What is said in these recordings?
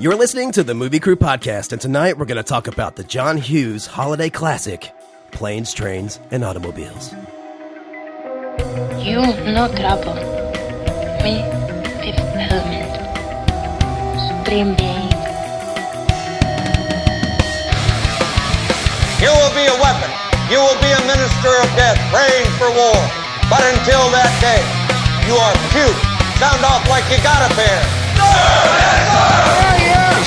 You're listening to the Movie Crew Podcast, and tonight we're going to talk about the John Hughes holiday classic, Planes, Trains, and Automobiles. You no trouble. Me fifth element. Supreme being. You will be a weapon. You will be a minister of death, praying for war. But until that day, you are cute. Sound off like you got a pair. Ah, yes!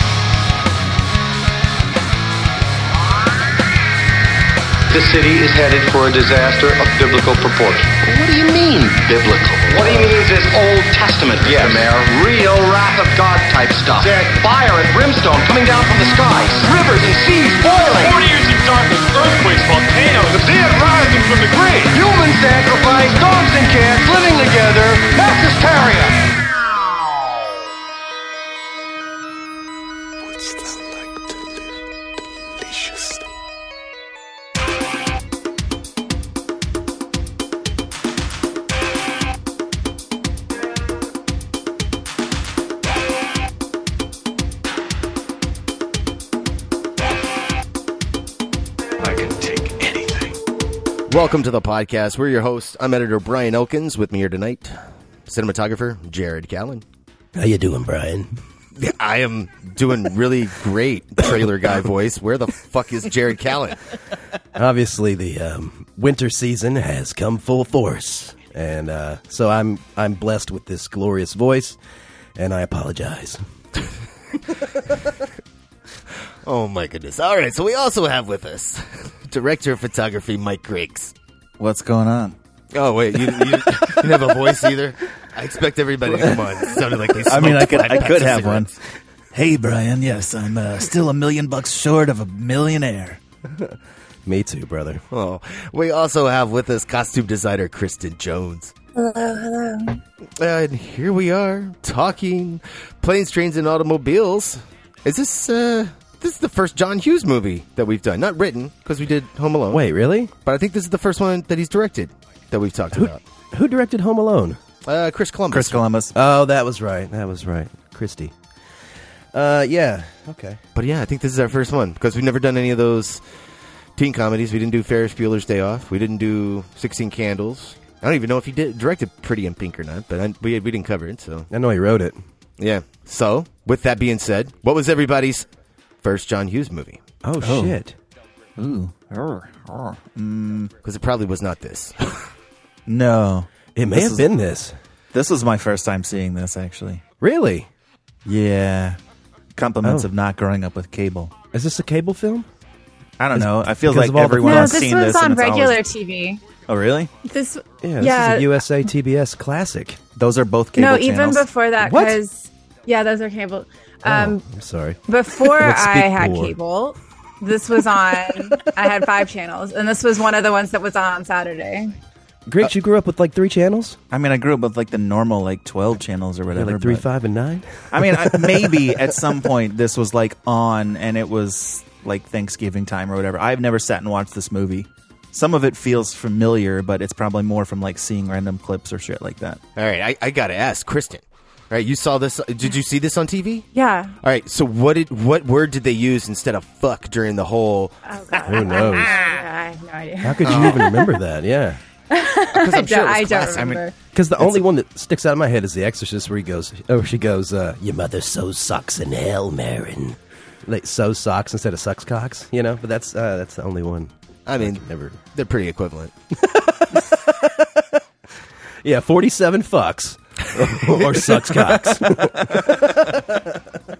The city is headed for a disaster of biblical proportion. What do you mean, biblical? What he means is Old Testament, yes. Mayor. Real wrath of God type stuff. Fire and brimstone coming down from the skies. Rivers and seas boiling. 40 years of darkness, earthquakes, volcanoes, the dead rising from the grave. Human sacrifice, dogs and cats living together. Mass hysteria. I can take anything. Welcome to the podcast. We're your hosts. I'm editor Brian Elkins. With me here tonight, cinematographer Jared Callen. How you doing, Brian? I am doing really great trailer guy voice. Where the fuck is Jared Callen? Obviously, the um, winter season has come full force, and uh, so I'm I'm blessed with this glorious voice, and I apologize. Oh my goodness. All right, so we also have with us director of photography Mike Griggs. What's going on? Oh wait, you, you, you didn't have a voice either. I expect everybody to come on. It sounded like they. I mean, I smoked could, five I packs could of have one. cigarettes. Hey, Brian. Yes, I'm uh, still a million bucks short of a millionaire. Me too, brother. Oh, we also have with us costume designer Kristen Jones. Hello, hello. And here we are talking planes, trains, and automobiles. Is this uh, this is the first John Hughes movie that we've done? Not written because we did Home Alone. Wait, really? but I think this is the first one that he's directed that we've talked about. Who directed Home Alone? Uh, Chris Columbus. Chris Columbus. Oh, that was right. That was right. Christie. Uh, yeah. Okay. But yeah, I think this is our first one because we've never done any of those teen comedies. We didn't do Ferris Bueller's Day Off. We didn't do Sixteen Candles. I don't even know if he did directed Pretty in Pink or not, but I, we we didn't cover it. So I know he wrote it. Yeah. So, with that being said, what was everybody's first John Hughes movie? Oh, shit. Ooh. Arr, arr. Mm, Because it probably was not this. no. It may This have is- been this. This was my first time seeing this, actually. Really? Yeah. Compliments Oh. of not growing up with cable. Is this a cable film? I don't know. I feel because like of all the- everyone No, has this seen was this. and on it's always- regular TV. Oh, really? This Yeah, yeah, this is a USA TBS classic. Those are both cable no, even channels. before that What? because yeah, those are cable. Um, Oh, I'm sorry. Before Let's speak I had poor. cable, this was on. I had five channels, and this was one of the ones that was on Saturday. Griggs, you grew up with like three channels? I mean, I grew up with like the normal like twelve channels or Yeah, whatever. like three, but- five, and nine? I mean, I, maybe at some point this was like on and it was like Thanksgiving time or whatever. I've never sat and watched this movie. Some of it feels familiar, but it's probably more from like seeing random clips or shit like that. All right, I, I got to ask, Kristen. All right, you saw this did you see this on TV? Yeah, All right, so what did what word did they use instead of fuck during the whole Who knows? Yeah, I have no idea. How could Oh. you even remember that? Yeah. I Because I'm don't, I it was don't classic. I mean, remember. Because the only one that sticks out of my head is The Exorcist, where he goes, oh, she goes, uh, your mother sews socks in hell, Marin. Like sews socks instead of sucks cocks, you know. But that's uh, that's the only one. I mean, never. they're pretty equivalent. Yeah, forty-seven fucks or sucks cocks.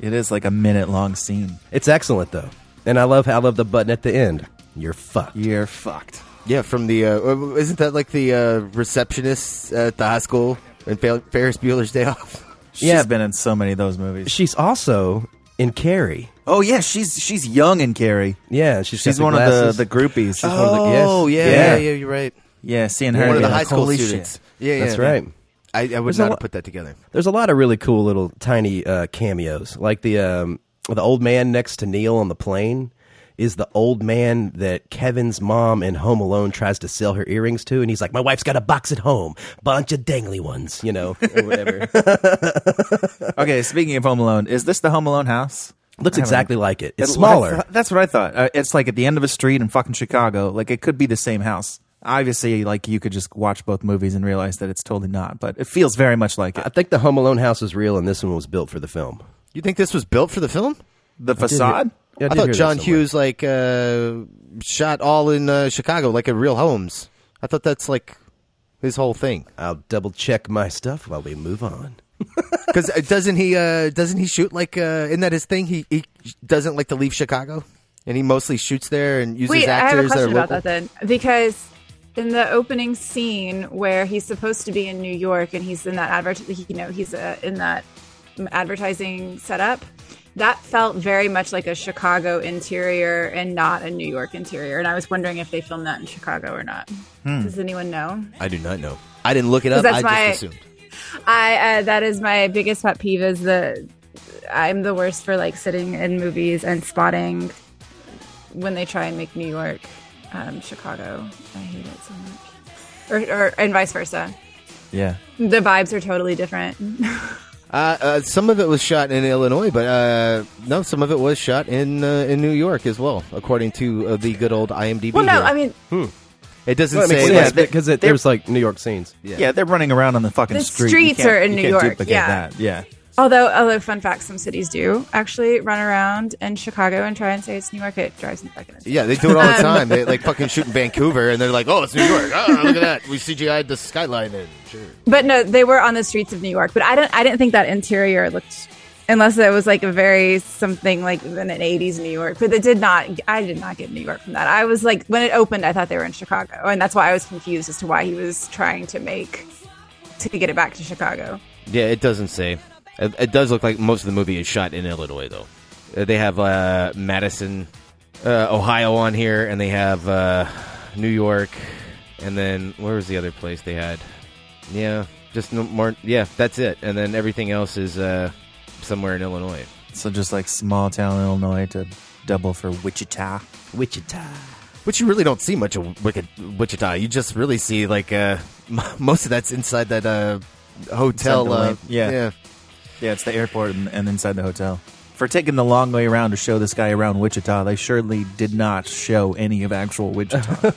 It is like a minute long scene. It's excellent though, and I love how I love the button at the end. You're fucked. You're fucked. Yeah, from the uh, isn't that like the uh, receptionist at the high school in Fer- Ferris Bueller's Day Off? She's Yeah. been in so many of those movies. She's also in Carrie. Oh yeah, she's she's young in Carrie. Yeah, she's she's got one the of glasses. the the groupies. She's one of the- yes. Oh yeah, yeah, yeah, you're right. Yeah, seeing One her of the being high like, school "Holy students." shit." Yeah, yeah, That's yeah. right. I, I would There's a not lo- have put that together. There's a lot of really cool little tiny uh, cameos, like the um, the old man next to Neil on the plane is the old man that Kevin's mom in Home Alone tries to sell her earrings to, and he's like, "My wife's got a box at home, bunch of dangly ones," you know, or whatever. okay, speaking of Home Alone, is this the Home Alone house? Looks I haven't- exactly like it. It's I smaller. thought- that's what I thought. Uh, it's like at the end of a street in fucking Chicago. Like it could be the same house. Obviously, like you could just watch both movies and realize that it's totally not. But it feels very much like it. I think the Home Alone house is real, and this one was built for the film. You think this was built for the film? The did hear- facade. Yeah, I did I, thought hear that John somewhere. Hughes like uh, shot all in uh, Chicago, like at real homes. I thought that's like his whole thing. I'll double check my stuff while we move on. Because doesn't he? Uh, doesn't he shoot like? Uh, isn't that his thing? He, he doesn't like to leave Chicago, and he mostly shoots there and uses Wait, I actors have a question that are about local. that then, because in the opening scene where he's supposed to be in New York and he's in that advert, he- you know, he's uh, in that advertising setup. That felt very much like a Chicago interior and not a New York interior, and I was wondering if they filmed that in Chicago or not. Hmm. Does anyone know? I do not know. I didn't look it 'Cause up. that's I just my- assumed. I uh, that is my biggest pet peeve is the I'm the worst for like sitting in movies and spotting when they try and make New York um, Chicago. I hate it so much, or, or and vice versa. Yeah. The vibes are totally different. Uh, uh, some of it was shot in Illinois, but uh, no, some of it was shot in uh, in New York as well, according to uh, the good old IMDb. well, no, here. I mean it doesn't Well, it makes say. sense like- because it, there's like New York scenes. yeah, they're running around on the fucking The street. You streets can't- are in you New can't York, duplicate yeah. that. Yeah. although although fun fact, some cities do actually run around in Chicago and try and say it's New York. It drives me fucking. insane. Yeah, they do it all the Um, time. They like fucking shoot in Vancouver, and they're like, "Oh, it's New York. Oh, look at that. We CGI'd the skyline in." Sure. But no, they were on the streets of New York. But I don't. I didn't think that interior looked, unless it was like a very something like in an '80s New York. But it did not. I did not get New York from that. I was like, when it opened, I thought they were in Chicago, and that's why I was confused as to why he was trying to make to get it back to Chicago. Yeah, it doesn't say. It, it does look like most of the movie is shot in Illinois, though. Uh, They have uh, Madison, uh, Ohio on here, and they have uh, New York, and then where was the other place they had? Yeah, just no more. Yeah, that's it. And then everything else is uh, somewhere in Illinois. So just like small town Illinois to double for Wichita. Wichita. Which you really don't see much of Wicked, Wichita. You just really see like uh, m- most of that's inside that uh, hotel. Inside the Uh, lane. Yeah. yeah. Yeah, it's the airport and, and inside the hotel. For taking the long way around to show this guy around Wichita, they surely did not show any of actual Wichita.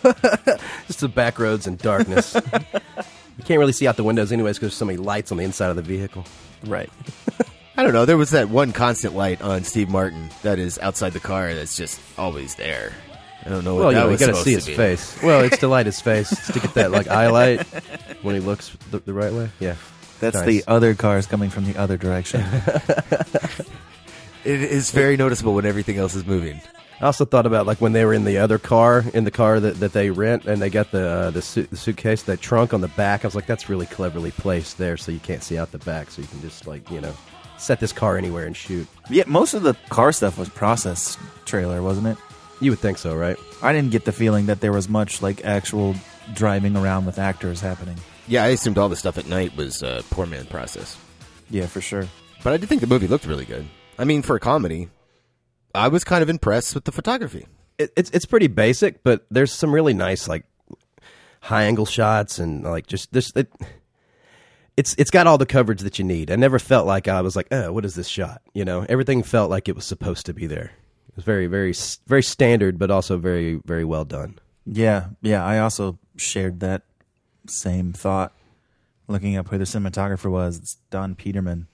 Just the back roads and darkness. you can't really see out the windows anyways because there's so many lights on the inside of the vehicle. right. I don't know. There was that one constant light on Steve Martin that is outside the car that's just always there. I don't know what Well, that yeah, we was gotta supposed see to his be. face. Well, it's to light his face. It's to get that like eye light when he looks the, the right way. Yeah, That's Nice. the other cars coming from the other direction. It is very noticeable when everything else is moving. I also thought about like when they were in the other car, in the car that, that they rent, and they got the uh, the, suit, the suitcase, that trunk on the back. I was like, that's really cleverly placed there, so you can't see out the back, so you can just like you know set this car anywhere and shoot. yeah, most of the car stuff was process trailer, wasn't it? You would think so, right? I didn't get the feeling that there was much like actual driving around with actors happening. Yeah, I assumed all the stuff at night was uh, poor man process. Yeah, for sure. But I did think the movie looked really good. I mean, for a comedy, I was kind of impressed with the photography. It, it's it's pretty basic, but there's some really nice like high angle shots and like just this. It, it's it's got all the coverage that you need. I never felt like I was like, oh, what is this shot? You know, everything felt like it was supposed to be there. It was very very s- very standard, but also very very well done. Yeah, yeah. I also shared that same thought looking up who the cinematographer was. It's Don Peterman,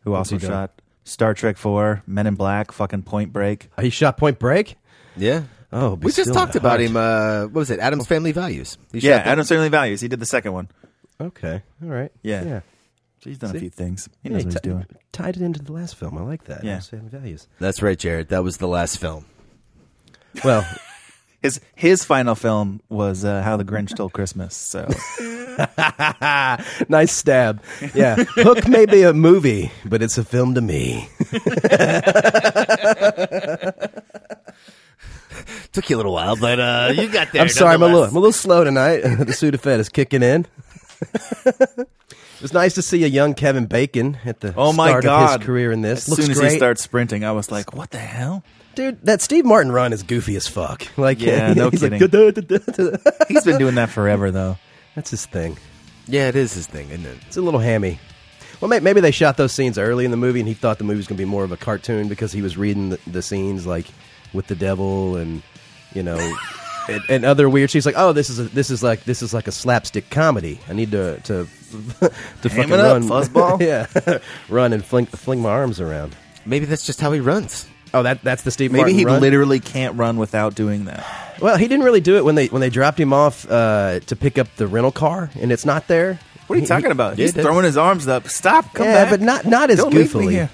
who What's also he done? shot Star Trek Four, Men in Black, fucking Point Break. He shot Point Break. Yeah. Oh, be Uh, We just still talked my heart. about him. Uh, what was it? Adam's Family Values. He yeah, shot that- Adam Certainly Values. He did the second one. Okay, all right. Yeah. yeah. So he's done See? a few things. He Yeah, knows what he's ti- doing. Tied it into the last film. I like that. Yeah. Understand the values. That's right, Jared. That was the last film. Well, His his final film was uh, How the Grinch Stole Christmas. So nice stab. Yeah, Hook may be a movie, but it's a film to me. Took you a little while, but uh, you got there. I'm sorry, I'm a little, nonetheless. I'm a little slow tonight. the Sudafed is kicking in. it was nice to see a young Kevin Bacon at the Oh my start of god! his career in this. As Looks soon as great. he starts sprinting, I was like, "What the hell?" Dude, that Steve Martin run is goofy as fuck. Like, Yeah, no he's kidding. Like, "Duh, duh, duh, duh, duh." He's been doing that forever, though. That's his thing. Yeah, it is his thing, isn't it? It's a little hammy. Well, may- maybe they shot those scenes early in the movie, and he thought the movie was going to be more of a cartoon because he was reading the, the scenes like with the devil and you know and, and other weird. She's like, "Oh, this is a, this is like this is like a slapstick comedy. I need to to to fucking it up, run, fuzzball. yeah, run and fling fling my arms around." Maybe that's just how he runs. Oh, that that's the Steve. Maybe Martin he run? literally can't run without doing that. Well, he didn't really do it when they when they dropped him off uh, to pick up the rental car, and it's not there. What are you He- talking about? he- He's throwing his arms up. Stop! Come yeah, back. but not not as Don't leave me goofily. here.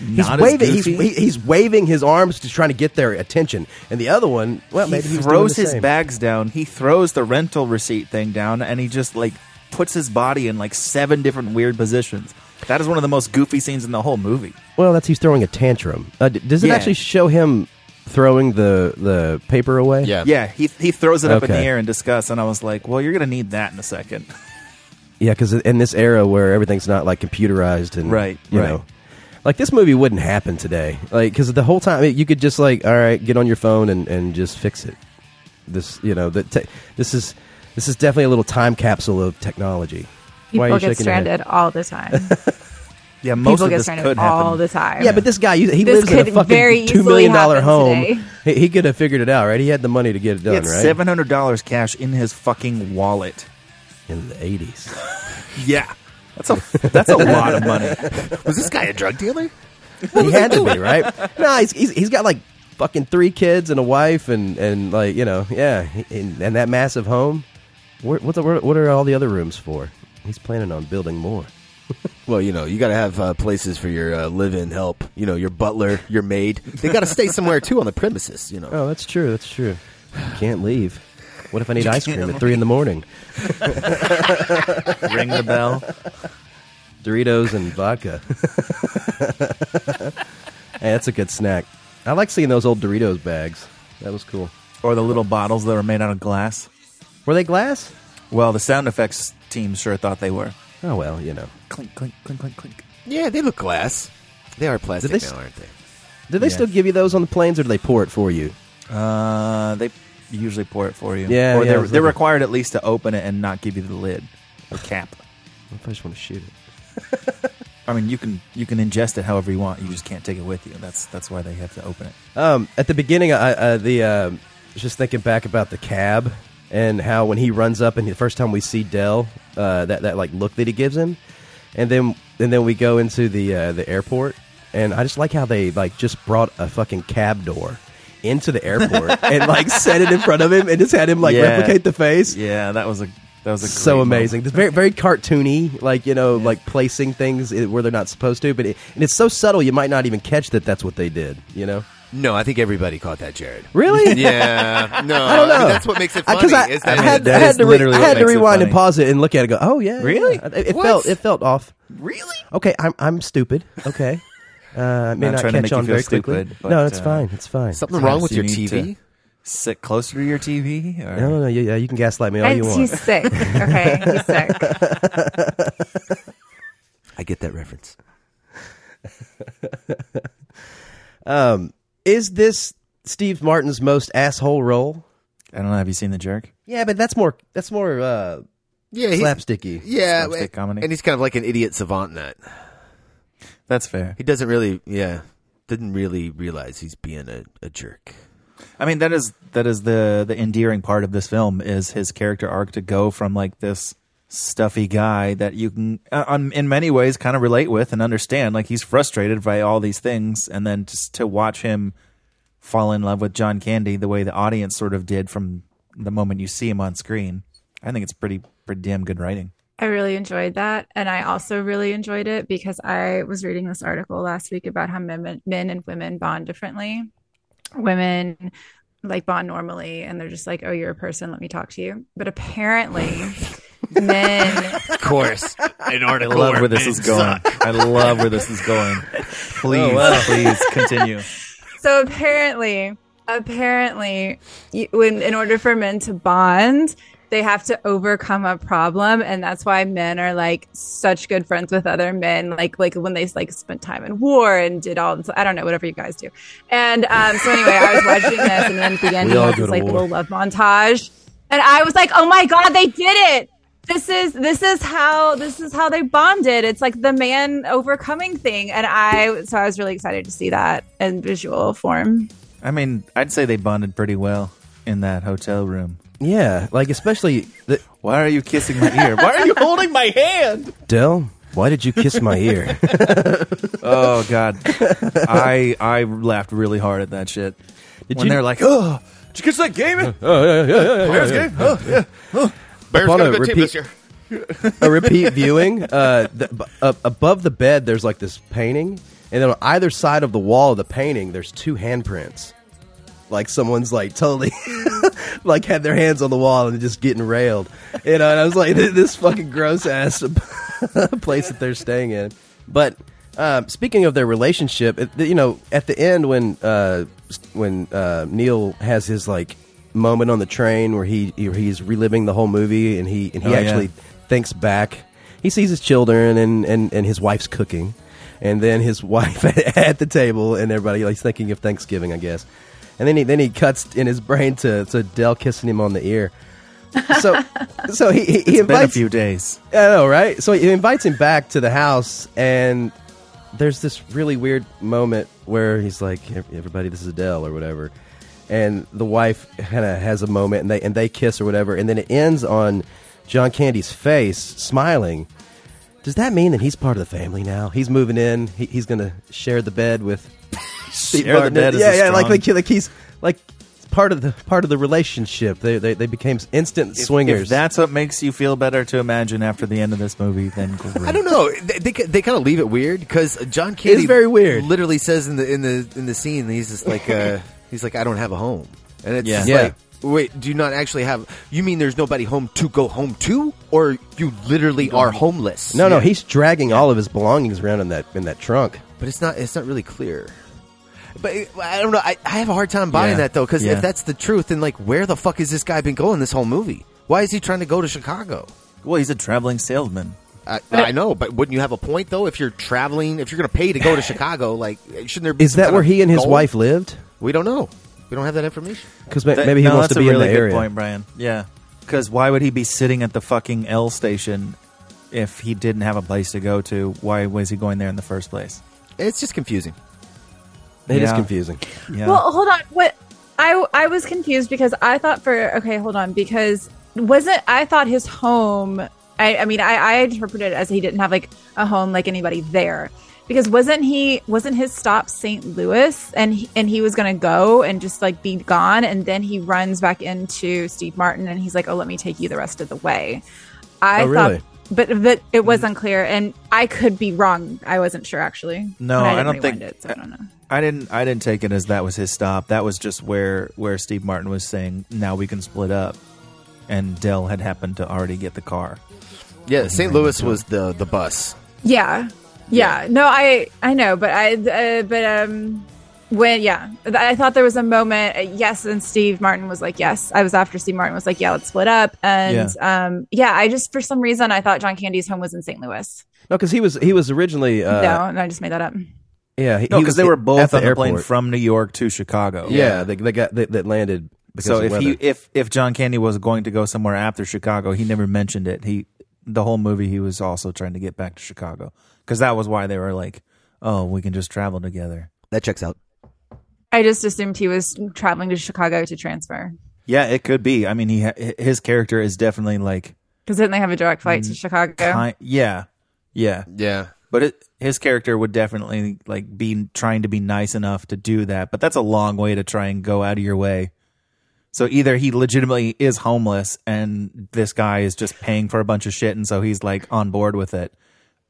He's Not as waving. He's, goofy? he, he's waving his arms to trying to get their attention, and the other one, well, he maybe he was throws doing the his same. bags down. He throws the rental receipt thing down, and he just like puts his body in like seven different weird positions. That is one of the most goofy scenes in the whole movie. Well, that's he's throwing a tantrum. Uh, d- does it Yeah. actually show him throwing the the paper away? yeah. He he throws it up in Okay. the air in disgust, and I was like, "Well, you're gonna need that in a second. yeah. Because in this era where everything's not like computerized and Right, you right. know, like this movie wouldn't happen today. Like because the whole time you could just like, all right, get on your phone and and just fix it. This you know that te- this is this is definitely a little time capsule of technology. Why are People you get shaking your head? stranded all the time. Yeah, most People of get this could stranded happen. all the time. Yeah, but this guy, he he This lives in a could fucking very two easily million dollar happen home. today. He, he could have figured it out, right? He had the money to get it he done, had right? seven hundred dollars cash in his fucking wallet. in the eighties. Yeah, that's a that's a lot of money. Was this guy a drug dealer? he had to be, right? No, he's, he's he's got like fucking three kids and a wife, and and like you know, yeah, he- and, and that massive home. What what, the, what are all the other rooms for? He's planning on building more. Well, you know, you got to have uh, places for your uh, live-in help. You know, your butler, your maid. They got to stay somewhere too on the premises. You know. Oh, that's true. That's true. You can't leave. What if I need ice cream at three in the morning? Ring the bell. Doritos and vodka. hey, that's a good snack. I like seeing those old Doritos bags. That was cool. Or the little bottles that were made out of glass. Were they glass? Well, the sound effects team sure thought they were. Oh well, you know. Clink, clink, clink, clink, clink. Yeah, they look glass. They are plastic Did they now, s- aren't they? Do they Yeah. still give you those on the planes, or do they pour it for you? Uh, they usually pour it for you. Yeah, yeah, or I they're, was they're looking. required at least to open it and not give you the lid or cap. What if I just want to shoot it? I mean, you can you can ingest it however you want. You just can't take it with you. That's that's why they have to open it. Um, at the beginning, I uh, the um, just thinking back about the cab and how when he runs up and the first time we see Dell, uh, that that like look that he gives him, and then and then we go into the uh, the airport, and I just like how they like just brought a fucking cab door into the airport and like set it in front of him and just had him like Yeah. replicate the face. Yeah, that was a that was a so great amazing. moment. It's very very cartoony, like you know, like placing things i- where they're not supposed to. But it, and it's so subtle, you might not even catch that that's what they did. You know, No, I think everybody caught that, Jared. really? Yeah, no, I Uh, don't know. mean, that's what makes it funny. Because I, is I that had, that I had is to, re- literally I what had to makes it rewind and funny. pause it and look at it. and Go, oh yeah, Really? yeah. It, it What? felt it felt off. Really? Okay, I'm I'm stupid. Okay, uh, I may Not not trying to catch make you on feel very quickly. stupid, but, no, it's uh, fine. It's fine. something wrong with You your need TV. Sit closer to your TV. Or... No, no, no. Yeah, yeah, you can gaslight me all you And want. he's sick. Okay, he's sick. I get that reference. Is this Steve Martin's most asshole role? I don't know. Have you seen the jerk? Yeah, but that's more that's more uh, Yeah, he- slapsticky. Yeah, slapstick and- comedy. and he's kind of like an idiot savant in that. That's fair. He doesn't really, yeah, didn't really realize he's being a, a jerk. I mean, that is that is the the endearing part of this film is his character arc to go from like this stuffy guy that you can, uh, um, in many ways, kind of relate with and understand. Like he's frustrated by all these things, and then just to watch him fall in love with John Candy the way the audience sort of did from the moment you see him on screen. I think it's pretty pretty damn good writing. I really enjoyed that. And I also really enjoyed it because I was reading this article last week about how men, men and women bond differently. Women like bond normally and they're just like oh you're a person let me talk to you but apparently men Of course. In order I love where this is going. I love where this is going. Please, please continue. so apparently apparently you, when in order for men to bond they have to overcome a problem and that's why men are like such good friends with other men like like when they like spent time in war and did all this i don't know whatever you guys do and um so anyway i was watching this and then at the end We he all has go this to like war. little love montage and i was like oh my god they did it this is this is how this is how they bonded it's like the man overcoming thing and i so i was really excited to see that in visual form I mean, I'd say they bonded pretty well in that hotel room. Yeah, like especially. The- Why are you kissing my ear? Why are you holding my hand? Dell, why did you kiss my ear? oh God, I I laughed really hard at that shit. Did when you- they're like, oh, did you kiss that game? man? Oh, yeah, yeah, yeah, yeah, Bears yeah. game? Oh, yeah. Oh. Bears Upon got a a good team repeat- this year. a repeat viewing. Uh, the, ab- uh, above the bed, there's like this painting, and then on either side of the wall of the painting, there's two handprints. Like someone's like totally like had their hands on the wall and just getting railed, you know. And I was like, this this fucking gross ass place that they're staying in. But um, speaking of their relationship, it, you know, at the end when uh, s- when uh, Neil has his like moment on the train where he he's reliving the whole movie and he and he Oh, yeah. actually thinks back. He sees his children and, and, and his wife's cooking, and then his wife at the table, and everybody like, he's thinking of Thanksgiving, I guess. And then he then he cuts in his brain to to Dell kissing him on the ear. So so he, he, he It's been a invites few days. I know, right? So he invites him back to the house, and there's this really weird moment where he's like, "Everybody, this is Adele," or whatever, and the wife kind of has a moment, and they and they kiss or whatever, and then it ends on John Candy's face smiling. Does that mean that he's part of the family now? He's moving in. He, he's going to share the bed with. Steve Share the Martin. bed is Yeah, a yeah. Like, like, strong- like he's like part of the part of the relationship. They they, they became instant If- swingers. If that's what makes you feel better to imagine after the end of this movie, then great. I don't know. They, they, they kind of leave it weird because John Candy very weird. Literally says in the in the in the scene, he's just like uh, he's like I don't have a home, and it's Yeah. just Yeah. like wait, do you not actually have? You mean there's nobody home to go home to, or you literally are homeless? No, no, Yeah. he's dragging all of his belongings around in that in that trunk. But it's not it's not really clear. But it- I don't know. I, I have a hard time buying Yeah. that though, because Yeah. if that's the truth, then like where the fuck has this guy been going this whole movie? Why is he trying to go to Chicago? Well, he's a traveling salesman. I, I know, but wouldn't you have a point though? If you're traveling, if you're going to pay to go to Chicago, like shouldn't there? be Is some kind that where of he and his goal? wife lived? We don't know. We don't have that information. Because ma- That- maybe he no, wants that's to be a really in the good area. point, Brian. Yeah, because why would he be sitting at the fucking L station if he didn't have a place to go to? Why was he going there in the first place? It's just confusing. It is Yeah. confusing. Yeah. Well, hold on. What I I was confused because I thought for okay, hold on, because wasn't I thought his home? I, I mean, I, I interpreted it as he didn't have like a home like anybody there because wasn't he wasn't his stop St. Louis and he, and he was gonna go and just like be gone and then he runs back into Steve Martin and he's like, oh, let me take you the rest of the way. I Oh, really? Mm. thought. But, but it was unclear, and I could be wrong. I wasn't sure actually. No, And I, didn't don't think. rewind it, so I don't know. I didn't. I didn't take it as that was his stop. That was just where where Steve Martin was saying, "Now we can split up," and Dell had happened to already get the car. Yeah, Oh St. Louis was the the bus. Yeah. Yeah. No, I I know, but I uh, but um when yeah, Th- I thought there was a moment uh, yes and Steve Martin was like yes. I was after Steve Martin was like yeah, let's split up and um yeah, I just for some reason I thought John Candy's home was in St. Louis. No, because he was he was originally uh, no, and I just made that up. yeah. He, No, he because was they were at both the on the plane airport. from New York to Chicago. Yeah, they, they got they, that landed. Because so of if weather. he if if John Candy was going to go somewhere after Chicago, he never mentioned it. He the whole movie he was also trying to get back to Chicago because that was why they were like, oh, we can just travel together. That checks out. I just assumed he was traveling to Chicago to transfer Yeah, it could be. I mean, he ha- his character is definitely like, cuz didn't they have a direct flight to Chicago? kind, yeah, yeah, yeah. But it, his character would definitely like be trying to be nice enough to do that. But that's a long way to try and go out of your way. So either he legitimately is homeless and this guy is just paying for a bunch of shit and so he's like on board with it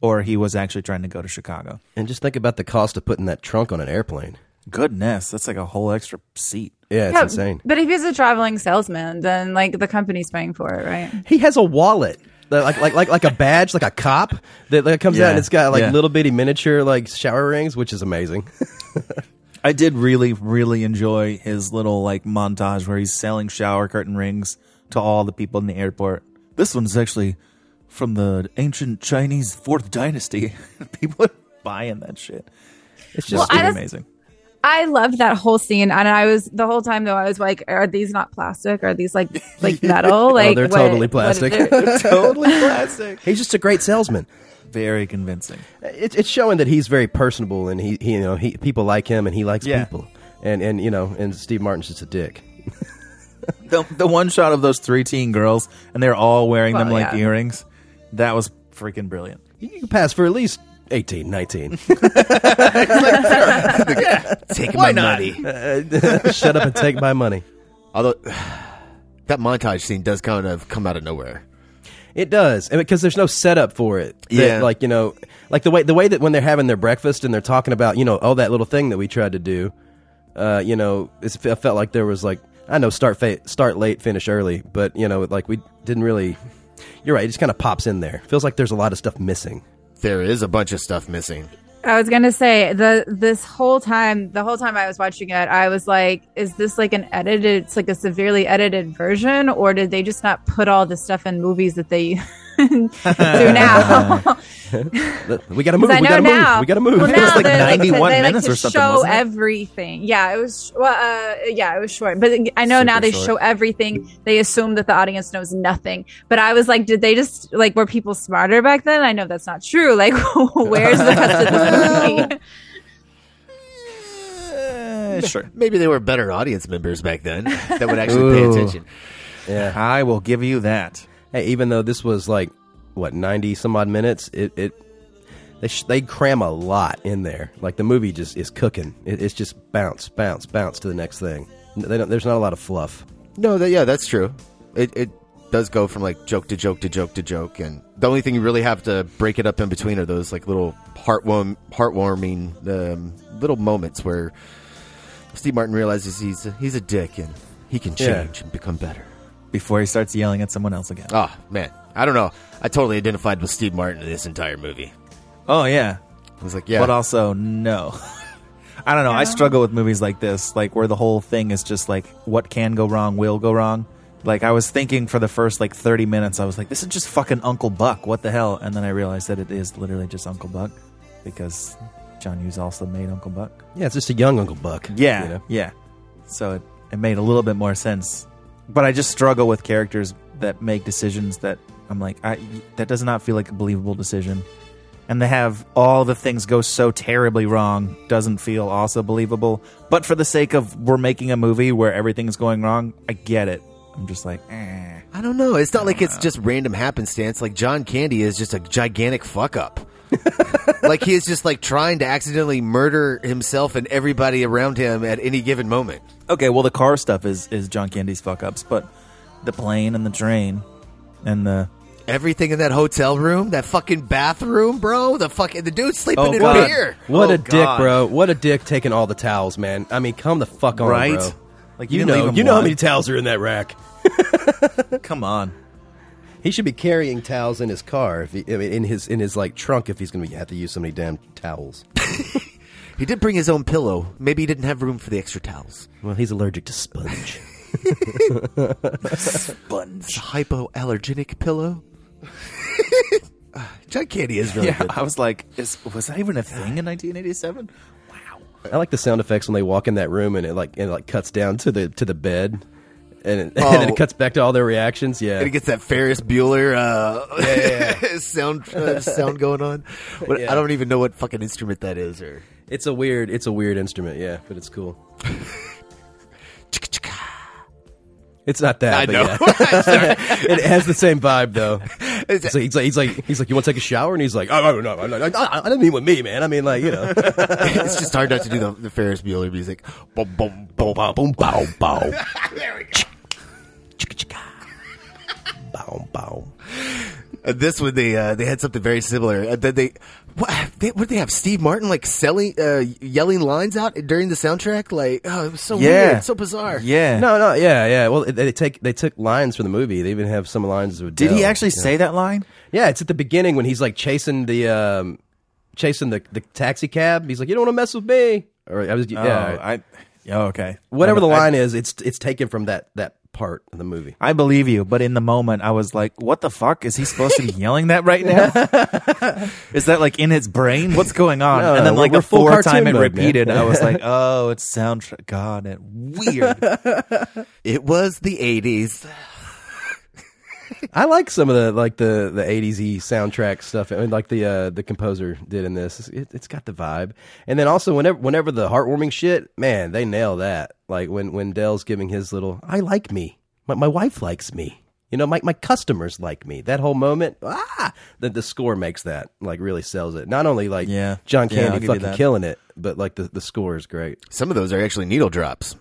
or he was actually trying to go to Chicago. and just think about the cost of putting that trunk on an airplane. Goodness, that's like a whole extra seat. Yeah, it's Yeah, insane. But if he's a traveling salesman, then like the company's paying for it, right? He has a wallet. That, Like like like like a badge, like a cop that like, comes out Yeah, and it's got like yeah. little bitty miniature like shower rings, which is amazing. Oh, I did really, really enjoy his little like montage where he's selling shower curtain rings to all the people in the airport. This one's actually from the ancient Chinese Fourth Dynasty. people are buying that shit. It's Well, just I just- amazing. I loved that whole scene, and I was the whole time though. I was like, "Are these not plastic? Are these like like metal? Oh, Like they're what- totally what are plastic. they- totally plastic. He's just a great salesman. Very convincing. It, it's showing that he's very personable and he, he you know he people like him and he likes Yeah. people. And and you know and Steve Martin's just a dick. the the one shot of those three teen girls and they're all wearing them Well, like yeah. earrings. That was freaking brilliant. You can pass for at least 18, 19. Take Why my not? money. Uh, shut up and take my money. Although that montage scene does kind of come out of nowhere. It does, and because there's no setup for it. That, Yeah. like you know, like the way the way that when they're having their breakfast and they're talking about you know oh that little thing that we tried to do, uh, you know, it's, it felt like there was like I know start fa- start late, finish early, but you know like we didn't really. You're right. It just kind of pops in there. Feels like there's a lot of stuff missing. There is a bunch of stuff missing. I was gonna say the this whole time, the whole time I was watching it, I was like, "Is this like an edited? It's like a severely edited version, or did they just not put all the stuff in movies that they do now?" we got to move. Because I We know got to move. now- We got to move. Well, It was now like they- 91 they like minutes to or something, Show wasn't it? everything. Yeah, it was. Well, uh, yeah, it was short. But I know now Super they short. show everything. They assume that the audience knows nothing. But I was like, did they just like were people smarter back then? I know that's not true. Like, where's the rest of the movie? Eh, sure. Maybe they were better audience members back then that would actually pay Ooh. attention. Yeah, I will give you that. Hey, even though this was like what ninety some odd minutes, it it they sh- they cram a lot in there. Like the movie just is cooking. It, it's just bounce, bounce, bounce to the next thing. They don't, there's not a lot of fluff. No, that, yeah, that's true. It, it does go from like joke to joke to joke to joke, and the only thing you really have to break it up in between are those like little heartwarm, heartwarming um, little moments where Steve Martin realizes he's a, he's a dick and he can Yeah. change and become better. Before he starts yelling at someone else again. Oh man, I don't know. I totally identified with Steve Martin in this entire movie. Oh yeah. I was like, yeah. But um, also no. I don't know. I struggle with movies like this, like where the whole thing is just like what can go wrong will go wrong. Like I was thinking for the first like 30 minutes I was like this is just fucking Uncle Buck. What the hell? And then I realized that it is literally just Uncle Buck because John Hughes also made Uncle Buck. Yeah, it's just a young Uncle Buck. Yeah, you know? yeah. So it, it made a little bit more sense, but I just struggle with characters that make decisions that I'm like, I that does not feel like a believable decision, and they have all the things go so terribly wrong doesn't feel also believable. But for the sake of we're making a movie where everything's going wrong, I get it. I'm just like, eh. I don't know. It's not like it's just random happenstance. Like John Candy is just a gigantic fuck up. like he is just like trying to accidentally murder himself and everybody around him at any given moment. okay. Well, the car stuff is is John Candy's fuck ups, but the plane and the train and the Everything in that hotel room, that fucking bathroom, bro. The fucking the dude sleeping in God. here. What Oh, a dick, God. bro! What a dick taking all the towels, man. I mean, come the fuck on, Right? bro. Like, you you didn't leave know, him you know how one. many towels are in that rack. come on. He should be carrying towels in his car, if he, I mean, in his in his like trunk, if he's going to have to use so many damn towels. He did bring his own pillow. Maybe he didn't have room for the extra towels. Well, he's allergic to sponge. Buns. Hypoallergenic pillow. John Candy is really yeah, good. I was like, is, was that even a thing in 1987? I like the sound effects when they walk in that room and it like and it like cuts down to the to the bed, and it, and then Oh. it cuts back to all their reactions. Yeah, And it gets that Ferris Bueller uh, sound uh, sound going on. What, Yeah. I don't even know what fucking instrument that is. Or it's a weird it's a weird instrument. Yeah, but it's cool. It's not that. I but know. yeah. it has the same vibe though. It's It's- like, he's like he's like he's like you want to take a shower and he's like I don't know I, I, I, I didn't mean with me man I mean like you know it's just hard not to do the, the Ferris Bueller music. Boom, boom, boom, boom, boom, bow bow There we go. bow bow. Uh, this one they uh, they had something very similar. Uh, that they what they, what did they have? Steve Martin like selling uh, yelling lines out during the soundtrack. Like oh, it was so weird, so bizarre. No, no, yeah, yeah. Well, they take they took lines from the movie. They even have some lines of. Did he actually say that line? Yeah, it's at the beginning when he's like chasing the um, chasing the, the taxi cab. He's like, "You don't want to mess with me." Or I was, yeah, Oh, I. Yeah, okay. whatever I- the I- line is, it's it's taken from that that part of the movie. I believe you, but in the moment, I was like, "What the fuck is he supposed to be yelling that right now? is that like in his brain? What's going on?" No, and then we're- like we're the full fourth time cartoon it mode, man. repeated, I was like, "Oh, it's soundtrack. God, it weird." it was the eighties. I like some of the like the the eighties y soundtrack stuff. I mean, like the uh, the composer did in this. It, it's got the vibe. And then also whenever whenever the heartwarming shit, man, they nail that. Like when when Dell's giving his little, I like me. My, my wife likes me. You know, my my customers like me. That whole moment, ah, the the score makes that like really sells it. Not only like Yeah. John Yeah, I'll Candy give you fucking that. killing it, but like the the score is great. Some of those are actually needle drops,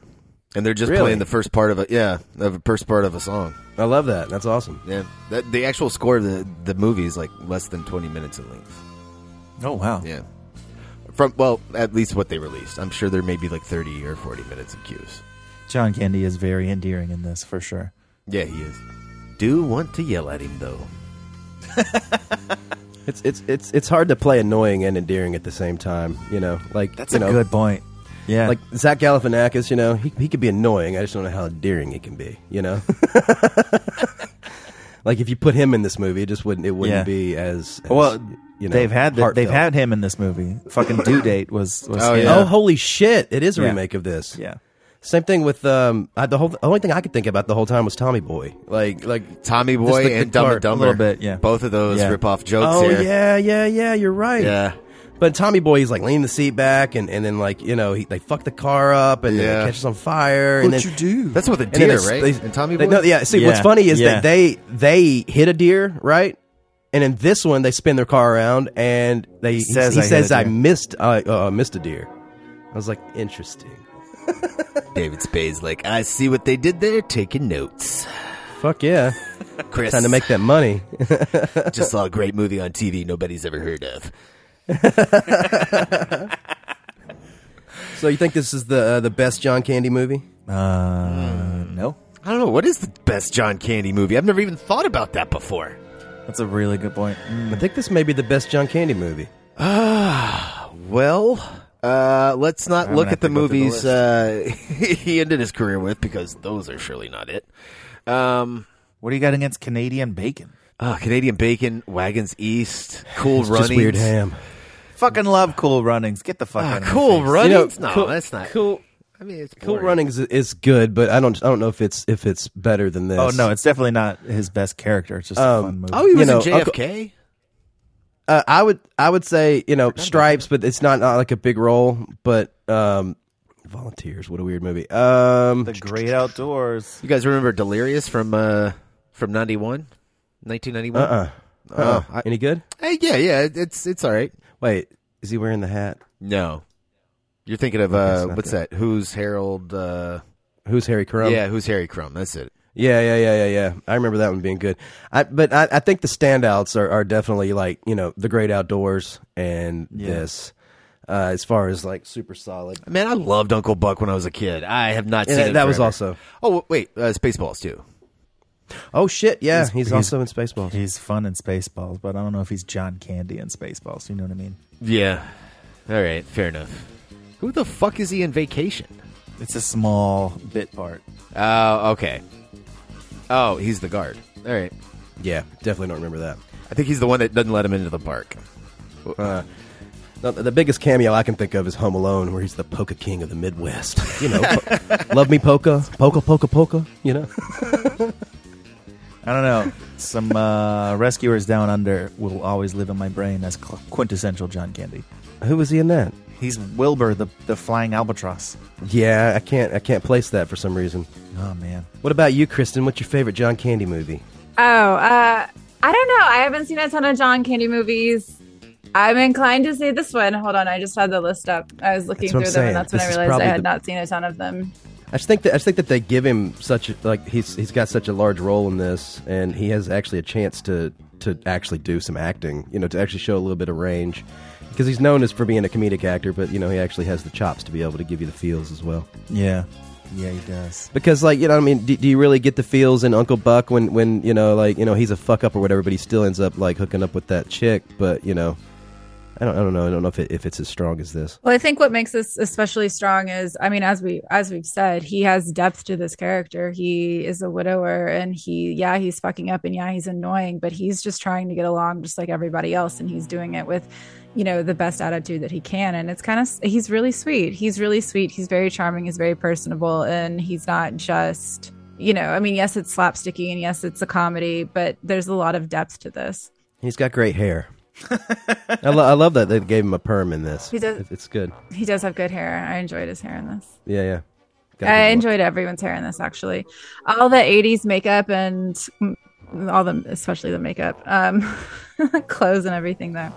and they're just Really? playing the first part of a yeah of a first part of a song. I love that. That's awesome. Yeah, that, the actual score of the the movie is like less than twenty minutes in length. Oh wow. Yeah. From well, at least what they released. I'm sure there may be like 30 or 40 minutes of cues. John Candy is very endearing in this for sure. Yeah, he is. Do want to yell at him though. It's it's it's it's hard to play annoying and endearing at the same time. You know, like That's you a know, good point. Yeah, Like Zach Galifianakis, you know, he he could be annoying. I just don't know how endearing he can be. You know, like if you put him in this movie, it just wouldn't it wouldn't Yeah. be as, as, well, you know, they've had the, they've heartfelt. had him in this movie. Fucking due date was was Oh, him. Oh, holy shit! It is a Yeah. remake of this. Yeah. Same thing with um. I, the whole the only thing I could think about the whole time was Tommy Boy. Like like Tommy just Boy the and Dumb and guitar. Dumber. Both of those Yeah. rip off jokes Oh here. yeah, yeah, yeah. You're right. Yeah. But Tommy Boy, he's like leaning the seat back, and, and then like you know he, they fuck the car up, and then Yeah. it catches on fire. and then, do? That's with a and then deer, they- right? they- and Tommy Boy. they- no, yeah. See, what's Yeah, funny is yeah. that they they hit a deer, right? And in this one, they spin their car around, and they he says, Says he, I hit says a I deer. missed I uh, missed a deer. I was like, interesting. David Spade's like, I see what they did there, taking notes. Fuck yeah, Chris, time to make that money. just saw a great movie on TV nobody's ever heard of. so you think this is the uh, the best John Candy movie? Uh, Hmm. no, I don't know what is the best John Candy movie. I've never even thought about that before. that's a really good point. Mm. I think this may be the best John Candy movie. Well, uh, let's not I'm look gonna at the have to go through the movies uh, he ended his career with because those are surely not it. Um, What do you got against Canadian bacon? ah, Canadian Bacon, Wagons East, Cool It's Runnings. just weird ham. Fucking love Cool Runnings. Get the fuck Ah, out of cool my face. Runnings? no, Cool- that's not. cool. I mean, it's Cool boring. Runnings is- is good, but I don't I don't know if it's if it's better than this. Oh no, it's definitely not his best character. It's just a Um, fun movie. Oh, he You was know, in JFK? Uh, I would I would say you know Stripes, but it's not, not like a big role. But um, Volunteers, what a weird movie. Um, the Great Outdoors. You guys remember Delirious from uh, from 91? 1991? uh uh Oh, I- any good? Hey, yeah, yeah, it- it's it's all right. Wait, is he wearing the hat? No. You're thinking of it's uh, not Um, what's that. that? Who's Harold? Uh, Who's Harry Crumb? yeah, who's Harry Crumb? That's it. yeah, yeah, yeah, yeah, yeah. I remember that one being good. I but I, I think the standouts are, are definitely like you know the Great Outdoors and this. Uh, as far as like super solid, Man, I loved Uncle Buck when I was a kid. I have not Yeah, seen that- it that was forever. also- Oh w- wait, uh, Spaceballs too. Oh shit! Yeah, he's, he's- also in Spaceballs. He's fun in Spaceballs, but I don't know if he's John Candy in Spaceballs. You know what I mean? Yeah. All right, fair enough. Who the fuck is he in Vacation? It's a small bit part. Oh, okay. Oh, he's the guard. All right. yeah, definitely don't remember that. I think he's the one that doesn't let him into the park. Uh, the, the biggest cameo I can think of is Home Alone, where he's the polka king of the Midwest. You know, po- love me polka, polka, polka, polka. You know, I don't know. Some uh, rescuers down under will always live in my brain as cl- quintessential John Candy. who was he in that? He's Wilbur, the the flying albatross. Yeah, I can't, I can't place that for some reason. Oh man, What about you, Kristen? What's your favorite John Candy movie? Oh, uh, I don't know. I haven't seen a ton of John Candy movies. I'm inclined to say this one. Hold on, I just had the list up. I was looking That's what I'm through them, saying. and that's when This is I realized I probably had the- not seen a ton of them. I just think that I just think that they give him such a, like he's he's got such a large role in this, and he has actually a chance to to actually do some acting, you know, to actually show a little bit of range. Because he's known as for being a comedic actor, but you know he actually has the chops to be able to give you the feels as well. Yeah. Yeah, he does. Because like you know, what I mean, do, do you really get the feels in Uncle Buck when when you know like you know he's a fuck up or whatever, but he still ends up like hooking up with that chick? But you know, I don't I don't know I don't know if it, if it's as strong as this. Well, I think what makes this especially strong is, I mean, as we as we've said, he has depth to this character. He is a widower, and he, yeah, he's fucking up, and yeah, he's annoying, but he's just trying to get along, just like everybody else, and he's doing it with, you know, the best attitude that he can. And it's kind of, he's really sweet. He's really sweet. He's very charming. He's very personable, and he's not just, you know, I mean, yes, it's slapsticky, and yes, it's a comedy, but there's a lot of depth to this. He's got great hair. I, lo- I love that they gave him a perm in this. He does- It- It's good. He does have good hair. I enjoyed his hair in this. Yeah, yeah. Got a I good look. enjoyed everyone's hair in this actually. All the 80s makeup and mm, all the especially the makeup, um, clothes and everything though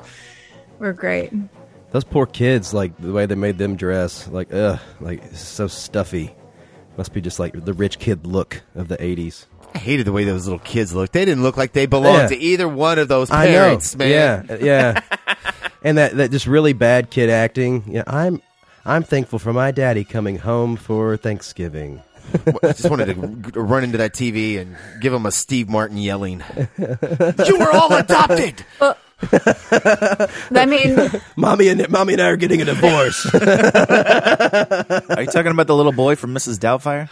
were great. Those poor kids, like the way they made them dress, like ugh, like it's so stuffy. Must be just like the rich kid look of the '80s. I hated the way those little kids looked. They didn't look like they belonged Yeah. to either one of those I know. parents, man. Yeah, yeah. and that that just really bad kid acting. Yeah, I'm I'm thankful for my daddy coming home for Thanksgiving. I just wanted to g- run into that TV and give him a Steve Martin yelling. you were all adopted. I mean, mommy and mommy and I are getting a divorce. Are you talking about the little boy from Mrs. Doubtfire?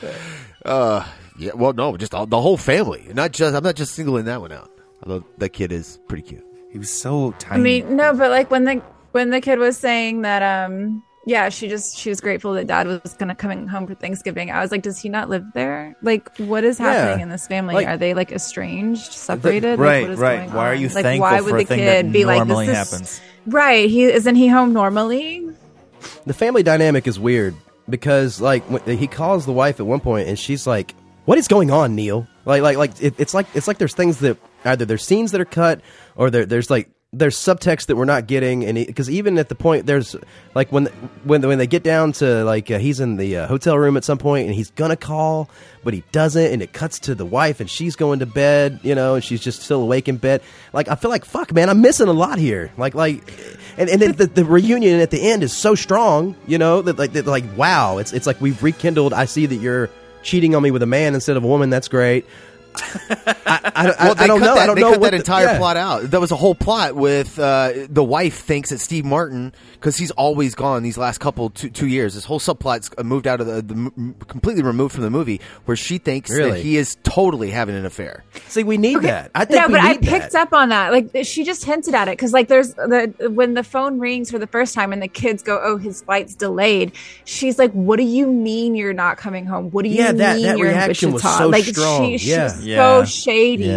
Uh, yeah. Well, no, just all, the whole family. Not just. I'm not just singling that one out. Although that kid is pretty cute. He was so I mean, no, but like when the when the kid was saying that, um, yeah, she just she was grateful that dad was gonna coming home for Thanksgiving. I was like, does he not live there? Like, what is happening Yeah. in this family? Like- are they like estranged, separated? Like, right, what is right. going Why are on? you like, thankful why would for a the thing kid that be like, normally this is- happens? Right, he isn't he home normally? the family dynamic is weird because like when, he calls the wife at one point and she's like, "What is going on, Neil?" Like like like it, it's like it's like there's things that either there's scenes that are cut or there, there's like there's subtext that we're not getting and because even at the point there's like when when when they get down to like uh, he's in the uh, hotel room at some point and he's gonna call but he doesn't and it cuts to the wife and she's going to bed you know and she's just still awake in bed like i feel like fuck man i'm missing a lot here like like and and then the, the reunion at the end is so strong you know that like that, like wow it's it's like we've rekindled i see that you're cheating on me with a man instead of a woman that's great I, I, Well, they I don't cut know. That, I don't they know cut what that the- entire yeah. plot out. That was a whole plot with uh, the wife thinks that Steve Martin because he's always gone these last couple two, two years. This whole subplot's uh, moved out of the, the m- completely removed from the movie where she thinks that Really? he is totally having an affair. See, we need that. I no, but I picked up on that. Like th- she just hinted at it because, like, there's the when the phone rings for the first time and the kids go, "Oh, his flight's delayed." She's like, "What do you mean you're not coming home? What do you Yeah, that- mean that you're reaction in was Wichita?" so like, strong. She, she's Yeah. so Yeah. shady. Yeah.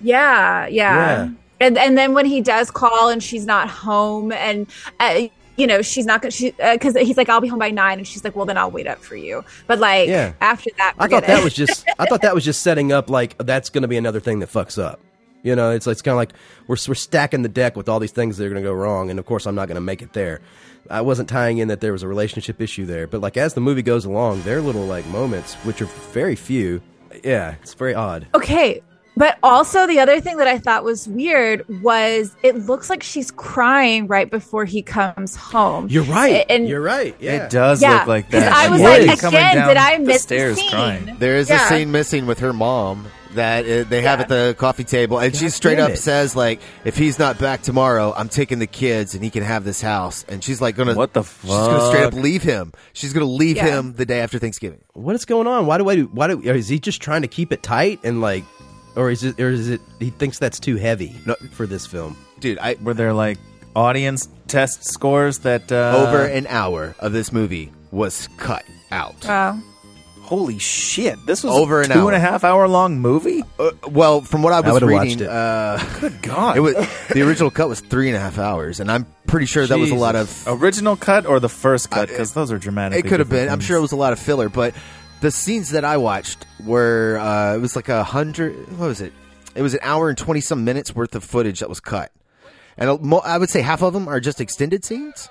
Yeah. yeah, Yeah. And and then when he does call and she's not home and. Uh, you know she's not gonna she because he's like I'll be home by nine and she's like well then I'll wait up for you but like Yeah. after that I thought forget that it. was just. I thought that was just setting up. Like that's going to be another thing that fucks up. You know, it's it's kind of like we're we're stacking the deck with all these things that are going to go wrong, and of course I'm not going to make it there. I wasn't tying in that there was a relationship issue there, but like as the movie goes along, their little like moments, which are very few. Yeah, it's very odd. Okay. But also, the other thing that I thought was weird was it looks like she's crying right before he comes home. You're right. A- And You're right. Yeah. It does Yeah, look like 'cause that. I was She like, is coming again, down did I miss the stairs scene? crying. There is Yeah. a scene missing with her mom that uh, they have at the coffee table, and she straight damn up it. says like, "If he's not back tomorrow, I'm taking the kids, and he can have this house." And she's like, "Gonna What the She's gonna straight up fuck? leave him. She's gonna leave Yeah. him the day after Thanksgiving." What is going on? Why do I? do- Why do? Is he just trying to keep it tight and like, or is it? Or is it? He thinks that's too heavy No. for this film. Dude, I Were there like audience test scores that uh, over an hour of this movie was cut out. Wow. Holy shit! This was Over over an a two hour. and a half hour long movie. Uh, well, from what I was would've reading, watched it. Uh, Good God! it was the original cut was three and a half hours, and I'm pretty sure that was a lot of original cut or the first cut because those are dramatic. It could have been. I'm sure it was a lot of filler, but the scenes that I watched were uh, it was like a hundred. What was it? It was an hour and twenty some minutes worth of footage that was cut, and a mo- I would say half of them are just extended scenes.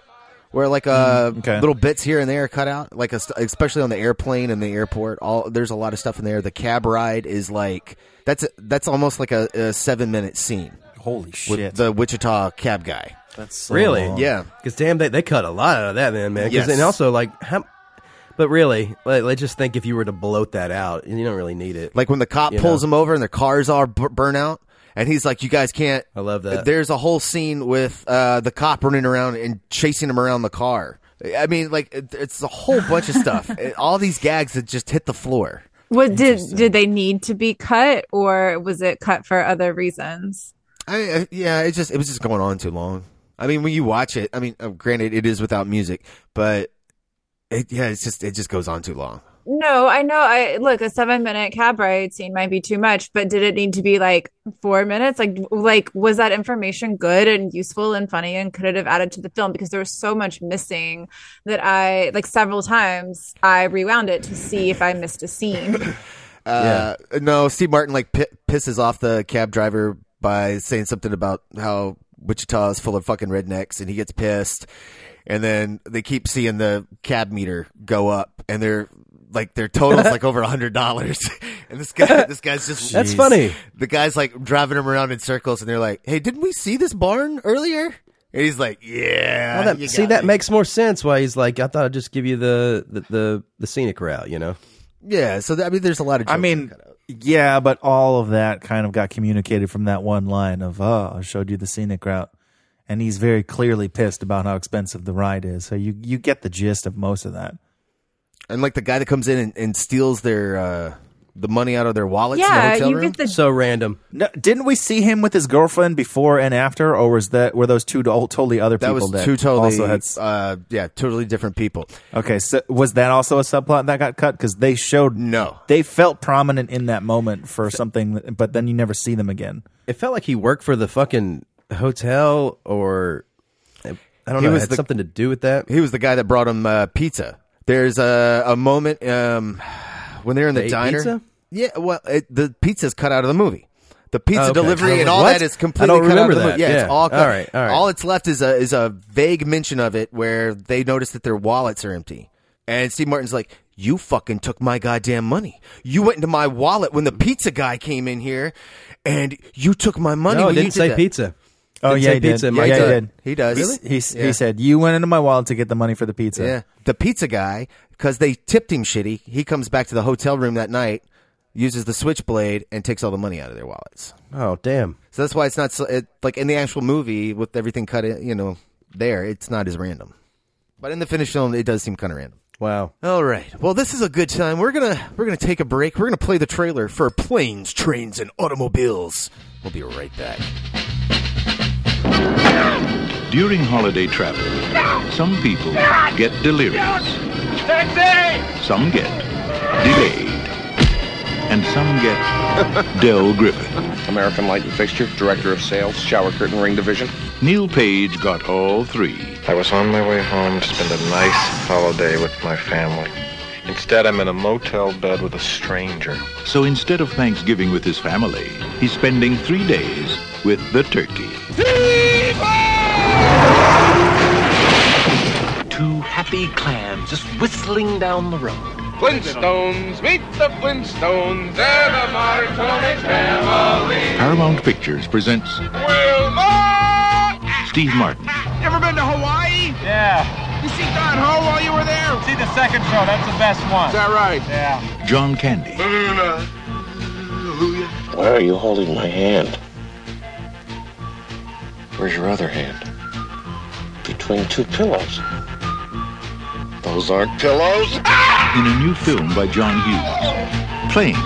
Where like uh, okay. little bits here and there are cut out, like a st- especially on the airplane and the airport. All there's a lot of stuff in there. The cab ride is like that's that's almost like a, a seven minute scene. Holy with the Wichita cab guy. That's really? yeah. Because damn, they, they cut a lot out of that man, man. 'Cause- Yes. And also, like, how, but really, let, let's just think if you were to bloat that out, you don't really need it. Like when the cop You pulls know. him over and their cars are b- burnt out, and he's like, "You guys can't." I love that. There's a whole scene with uh, the cop running around and chasing him around the car. I mean, like it, it's a whole bunch of stuff. It- all these gags that just hit the floor. What did did they need to be cut, or was it cut for other reasons? I, I yeah, it just it was just going on too long. I mean, when you watch it, I mean, uh, granted, it is without music, but it, yeah, it's just it just goes on too long. No, I know. I look, a seven minute cab ride scene might be too much, but did it need to be like four minutes? Like, like was that information good and useful and funny, and could it have added to the film? Because there was so much missing that I like several times I rewound it to see if I missed a scene. Uh, No, Steve Martin like pi pisses off the cab driver by saying something about how Wichita is full of fucking rednecks, and he gets pissed. And then they keep seeing the cab meter go up, and they're like their total's like over a hundred dollars. And this guy, this guy's just That's funny. The guy's like driving him around in circles, and they're like, "Hey, didn't we see this barn earlier?" And he's like, "Yeah." Well, that- you see, got that me." makes more sense. Why he's like, I thought I'd just give you the the the, the scenic route, you know? yeah. So th- I mean, there's a lot of. I jokes. mean, yeah, but all of that kind of got communicated from that one line of, oh, I showed you the scenic route. And he's very clearly pissed about how expensive the ride is. So you, you get the gist of most of that. and like the guy that comes in and, and steals their uh, the money out of their wallets. in the Yeah, hotel you room. get the So random. No, didn't we see him with his girlfriend before and after, or was that were those two to- totally other That people? was two totally, also had. uh, yeah, totally different people. Okay, so was that also a subplot that got cut? Because they showed no, they felt prominent in that moment for something, but then you never see them again. It felt like he worked for the fucking hotel, or I don't He know. it was had the- something to do with that. He was the guy that brought him uh, pizza. There's a, a moment um, when they're in the They ate diner. pizza? Yeah, well, it, the pizza's cut out of the movie. The pizza Oh, okay. I delivery was and like, all what? that is I completely don't cut out remember of the that. movie. Yeah, Yeah. it's all cut. All right, all right. all it's left is a is a vague mention of it where they notice that their wallets are empty. And Steve Martin's like, "You fucking took my goddamn money. You went into my wallet when the pizza guy came in here, and you took my money." no, it when you didn't did say that." pizza. Oh Didn't yeah, say he pizza. did. Mike yeah, he said- did. He does. He, Really? he s- Yeah. he said, "You went into my wallet to get the money for the pizza." Yeah. The pizza guy, because they tipped him shitty, he comes back to the hotel room that night, uses the switchblade, and takes all the money out of their wallets. Oh damn. So that's why it's not so, it, like in the actual movie with everything cut, in, you know, there, it's not as random. But in the finished film, it does seem kind of random. Wow. All right. Well, this is a good time. We're gonna we're gonna take a break. We're gonna play the trailer for Planes, Trains, and Automobiles. We'll be right back. During holiday travel, some people get delirious, Taxi! some get delayed, and some get Del Griffin. American Lighting Fixture, Director of Sales, Shower Curtain Ring Division. Neil Page got all three. I was on my way home to spend a nice holiday with my family. Instead, I'm in a motel bed with a stranger. So instead of Thanksgiving with his family, he's spending three days with the turkey. Two happy clams just whistling down the road. Flintstones, meet the Flintstones, they're the Marconi family. Paramount Pictures presents Steve Martin, Ever been to Hawaii? Yeah. You see Don Ho while you were there? See the second show, that's the best one. Is that right? Yeah. John Candy, Why are you holding my hand? Where's your other hand? Between two pillows. Those aren't pillows. In a new film by John Hughes. Planes,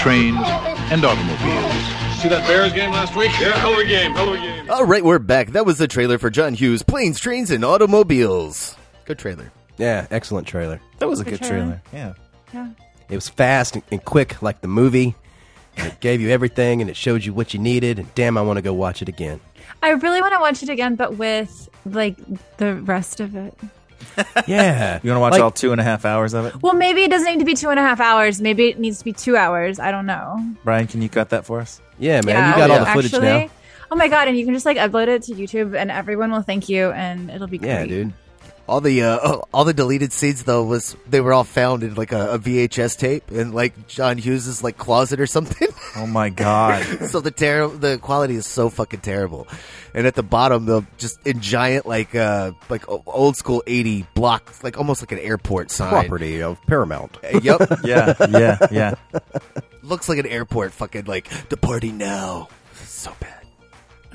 trains, and automobiles. See that Bears game last week? Yeah, hell of a game, hell of a game. All right, we're back. That was the trailer for John Hughes' Planes, Trains, and Automobiles. Good trailer. Yeah, excellent trailer. That was a good trailer. Yeah. It was fast and, and quick, like the movie. And It gave you everything, and it showed you what you needed. And damn, I want to go watch it again. I really want to watch it again, but with like the rest of it. Yeah. You want to watch Like- all two and a half hours of it? Well, maybe it doesn't need to be two and a half hours. Maybe it needs to be two hours. I don't know. Brian, can you cut that for us? Yeah, man, Yeah, you got all the well, footage actually, now. Oh my god! And you can just like upload it to YouTube, and everyone will thank you, and it'll be great. Yeah, dude. All the uh, all the deleted scenes though was they were all found in like a, a VHS tape in like John Hughes's like closet or something. Oh my god! so the ter- the quality is so fucking terrible, and at the bottom they'll just in giant like uh like o- old school eighty block like almost like an airport sign Property of Paramount. Uh, Yep. Yeah, yeah, yeah. Looks like an airport. Fucking like departing now. So bad.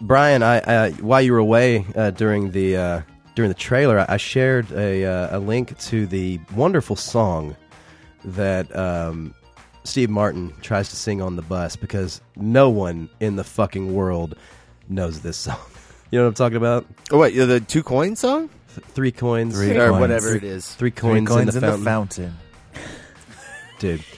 Brian, I, I while you were away uh, during the uh, during the trailer, I, I shared a uh, a link to the wonderful song that um, Steve Martin tries to sing on the bus because no one in the fucking world knows this song. You know what I'm talking about? Oh wait, the two coin song? Three coins, Three Or coins. whatever it is. Three Three coins, coins in, in the, the fountain. dude.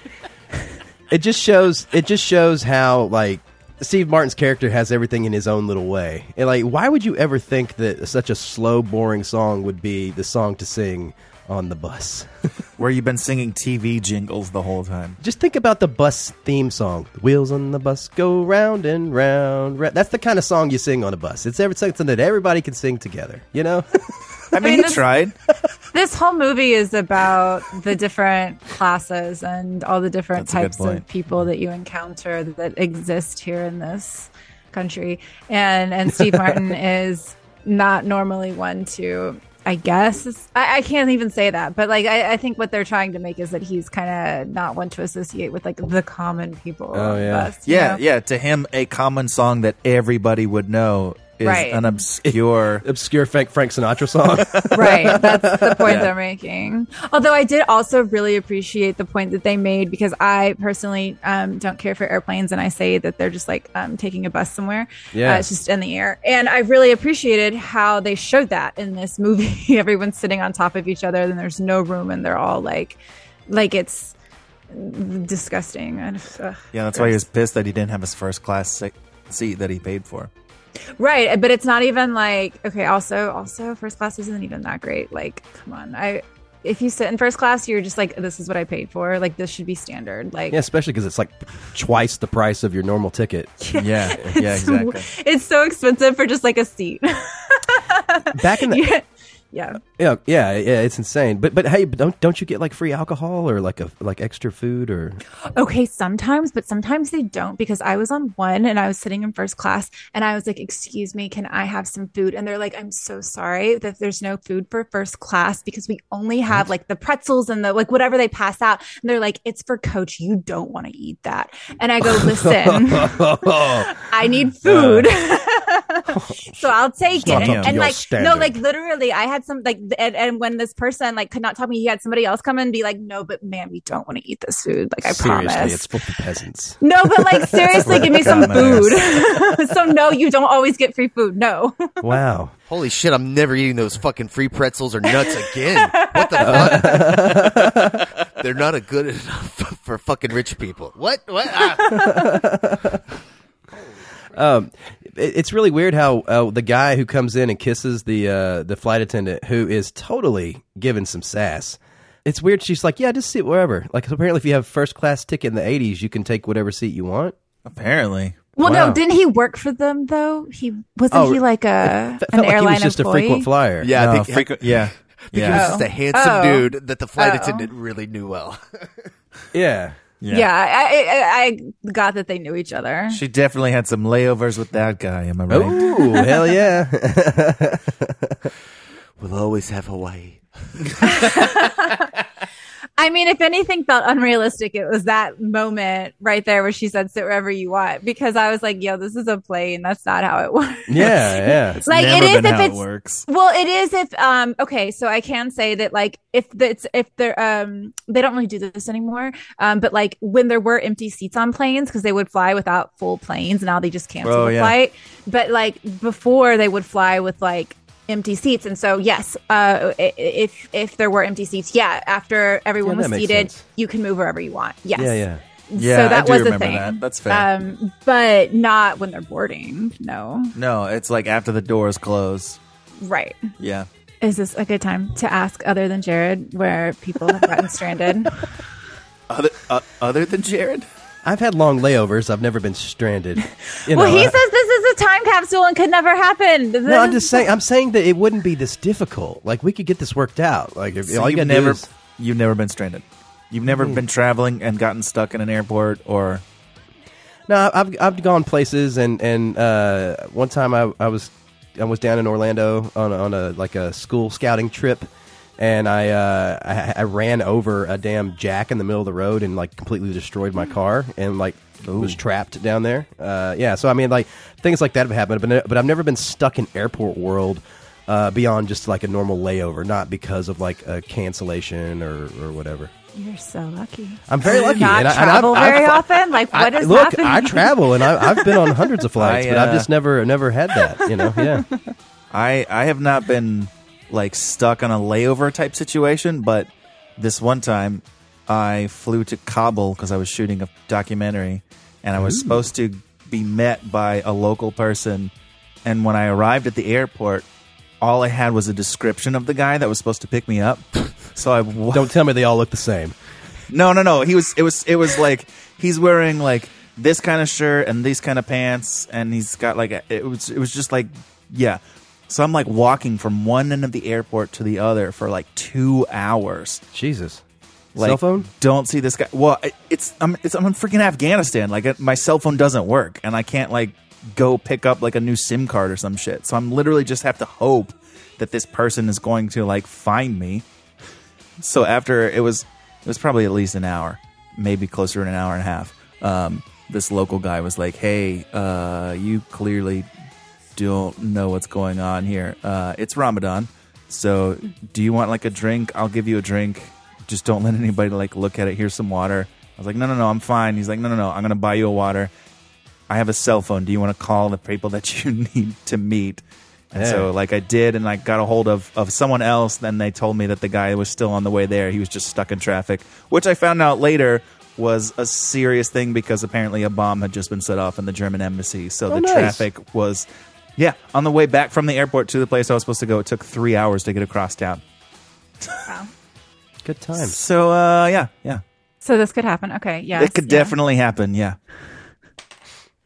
It just shows. It just shows how like Steve Martin's character has everything in his own little way. And like, why would you ever think that such a slow, boring song would be the song to sing on the bus? Where you've been singing TV jingles the whole time. Just think about the bus theme song. The wheels on the bus go round and round. round. That's the kind of song you sing on a bus. It's every something that everybody can sing together. You know. I mean, he this- tried. This whole movie is about the different classes and all the different That's a good types of point. people that you encounter that exist here in this country. And and Steve Martin is not normally one to I guess it's- I, I can't even say that, but like I, I think what they're trying to make is that he's kind of not one to associate with like the common people. Oh, on the bus, you yeah, know? yeah. To him, a common song that everybody would know is Right. an obscure, obscure Frank, Frank Sinatra song. right that's the point Yeah. they're making although i did also really appreciate the point that they made because i personally um, don't care for airplanes and i say that they're just like um, taking a bus somewhere Yeah. uh, it's just in the air and i really appreciated how they showed that in this movie everyone's sitting on top of each other and there's no room and they're all like like it's disgusting and ugh, Yeah, that's why he gross. was pissed that he didn't have his first class se- seat that he paid for. Right, but it's not even like okay. Also, also first class isn't even that great. Like, come on, I. If you sit in first class, you're just like, this is what I paid for. Like, this should be standard. Like, Yeah, especially because it's like twice the price of your normal ticket. Yeah. it's- It's so expensive for just like a seat. Back in the yeah. yeah. yeah, yeah, yeah, it's insane. But but hey, don't don't you get like free alcohol or like a like extra food or Okay, sometimes, but sometimes they don't because I was on one and I was sitting in first class and I was like, Excuse me, can I have some food? And they're like, I'm so sorry that there's no food for first class because we only have like the pretzels and the like whatever they pass out. And they're like, It's for coach. You don't want to eat that. And I go, Listen, Oh, I need food. so I'll take Stop it. up to And your like, no, standard. like literally, I had some like, th- and, and when this person like could not talk to me, he had somebody else come and be like, no, but man, we don't want to eat this food. Like, I seriously, promise. it's for the peasants. No, but like seriously, give me some food. so no, you don't always get free food. No. Wow. Holy shit, I'm never eating those fucking free pretzels or nuts again. What the fuck? They're not a good enough for fucking rich people. What? What? Ah. Um, it- it's really weird how uh, the guy who comes in and kisses the uh, the flight attendant who is totally given some sass. It's weird. She's like, yeah, just sit wherever. Like apparently, if you have first class ticket in the '80s, you can take whatever seat you want. Apparently. Well, no, didn't he work for them though? He wasn't Oh, he like a it fe- felt like an he was airline just a employee? frequent flyer. Oh, yeah, No, I think, frequent- yeah. I think he Yeah. was just Oh. a handsome Oh. dude that the flight Oh. attendant really knew well. Yeah. Yeah, I, I, I got that they knew each other. She definitely had some layovers with that guy, am I right? Oh, Ooh, hell yeah. we'll always have Hawaii. I mean, if anything felt unrealistic, it was that moment right there where she said, "Sit wherever you want," because I was like, "Yo, this is a plane. That's not how it works." Yeah, yeah. It's Like, never it is been if how it it's- works. Well, it is if um okay, so I can say that like if that's if they're um they don't really do this anymore, um but like when there were empty seats on planes because they would fly without full planes, now they just cancel Oh, the yeah. flight. But like before, they would fly with like empty seats, and so yes, uh i- i- if if there were empty seats, yeah, after everyone Yeah, that was makes seated, sense. you can move wherever you want. Yes, Yeah, yeah. So Yeah, I that do was a remember thing. that. That's fair. Um, but not when they're boarding. No, No, it's like after the doors close. right. Yeah. Is this a good time to ask, other than Jared, where people have gotten stranded? Other uh, other than Jared? I've had long layovers. I've never been stranded. You well, know, he I- says this is a time capsule and could never happen. This No, I'm is- just saying. I'm saying that it wouldn't be this difficult. Like we could get this worked out. Like if, So all you you've gotta do never is- you've never been stranded. You've never Mm. been traveling and gotten stuck in an airport or No, I- I've I've gone places and and uh, one time I, I was I was down in Orlando on a, on a like a school scouting trip, and I, uh, I I ran over a damn jack in the middle of the road and like completely destroyed my car and like was trapped down there. Uh, yeah, so I mean like things like that have happened, but but I've never been stuck in airport world. Uh, beyond just like a normal layover, not because of like a cancellation or, or whatever. You're so lucky. I'm very Do you lucky, Not and I- and I've- travel I've- very often. Like what I- is look, happening? I travel and I, I've been on hundreds of flights, I, but uh, I've just never never had that. You know, yeah. I I have not been like stuck on a layover type situation, but this one time I flew to Kabul because I was shooting a documentary, and I was Ooh. supposed to be met by a local person. And when I arrived at the airport, all I had was a description of the guy that was supposed to pick me up. So I don't tell me they all look the same. No, no, no. He was it was it was like he's wearing like this kind of shirt and these kind of pants, and he's got like a, it was it was just like yeah. So I'm like walking from one end of the airport to the other for like two hours. Jesus. Like, Cell phone? Don't see this guy. Well, it- it's I'm it's I'm in freaking Afghanistan. Like it, my cell phone doesn't work, and I can't like go pick up like a new SIM card or some shit. So I'm literally just have to hope that this person is going to like find me. So after it was it was probably at least an hour, maybe closer to an hour and a half. Um, this local guy was like, "Hey, uh, you clearly don't know what's going on here. Uh, it's Ramadan, so do you want like a drink? I'll give you a drink. Just don't let anybody like look at it. Here's some water." I was like, "No, no, no, I'm fine." He's like, "No, no, no, I'm gonna buy you a water. I have a cell phone. Do you want to call the people that you need to meet?" And Yeah. so, like, I did, and I got a hold of, of someone else. Then they told me that the guy was still on the way there. He was just stuck in traffic, which I found out later was a serious thing because apparently a bomb had just been set off in the German embassy. So Oh, the nice. traffic was, yeah, on the way back from the airport to the place I was supposed to go. It took three hours to get across town. Good time. So, uh, yeah, yeah. So this could happen. Okay. Yes. it could yeah. definitely happen. Yeah.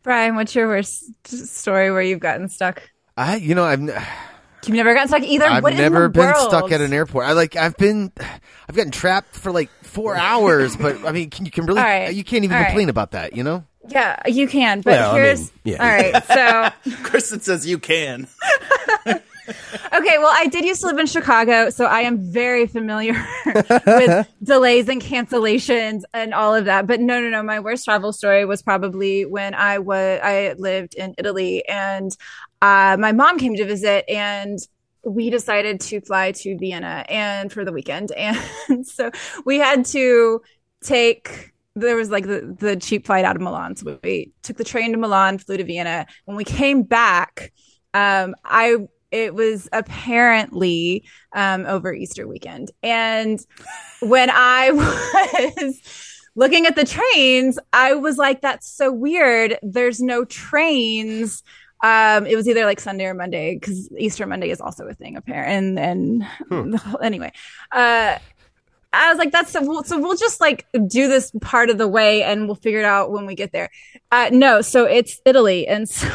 Brian, what's your worst story where you've gotten stuck? I, you know, I've, n- You've never gotten stuck either. I've What in the never been world? stuck at an airport. I like, I've been, I've gotten trapped for like four hours, but I mean, can, you can really, All right. you can't even All right. complain about that, you know? Yeah, you can. But Well, I mean, here's yeah. all right. So Kristen says you can. Okay, well, I did used to live in Chicago, so I am very familiar with delays and cancellations and all of that. But no, no, no, my worst travel story was probably when I was I lived in Italy and uh, my mom came to visit and we decided to fly to Vienna and for the weekend. And so we had to take there was like the, the cheap flight out of Milan. So we took the train to Milan, flew to Vienna. When we came back, um, I it was apparently um, over Easter weekend, and when I was looking at the trains, I was like, "That's so weird. There's no trains." Um, it was either like Sunday or Monday because Easter Monday is also a thing, apparent. And and the whole anyway, uh, I was like, that's so we'll, so we'll just like do this part of the way and we'll figure it out when we get there. Uh, no, so it's Italy. And so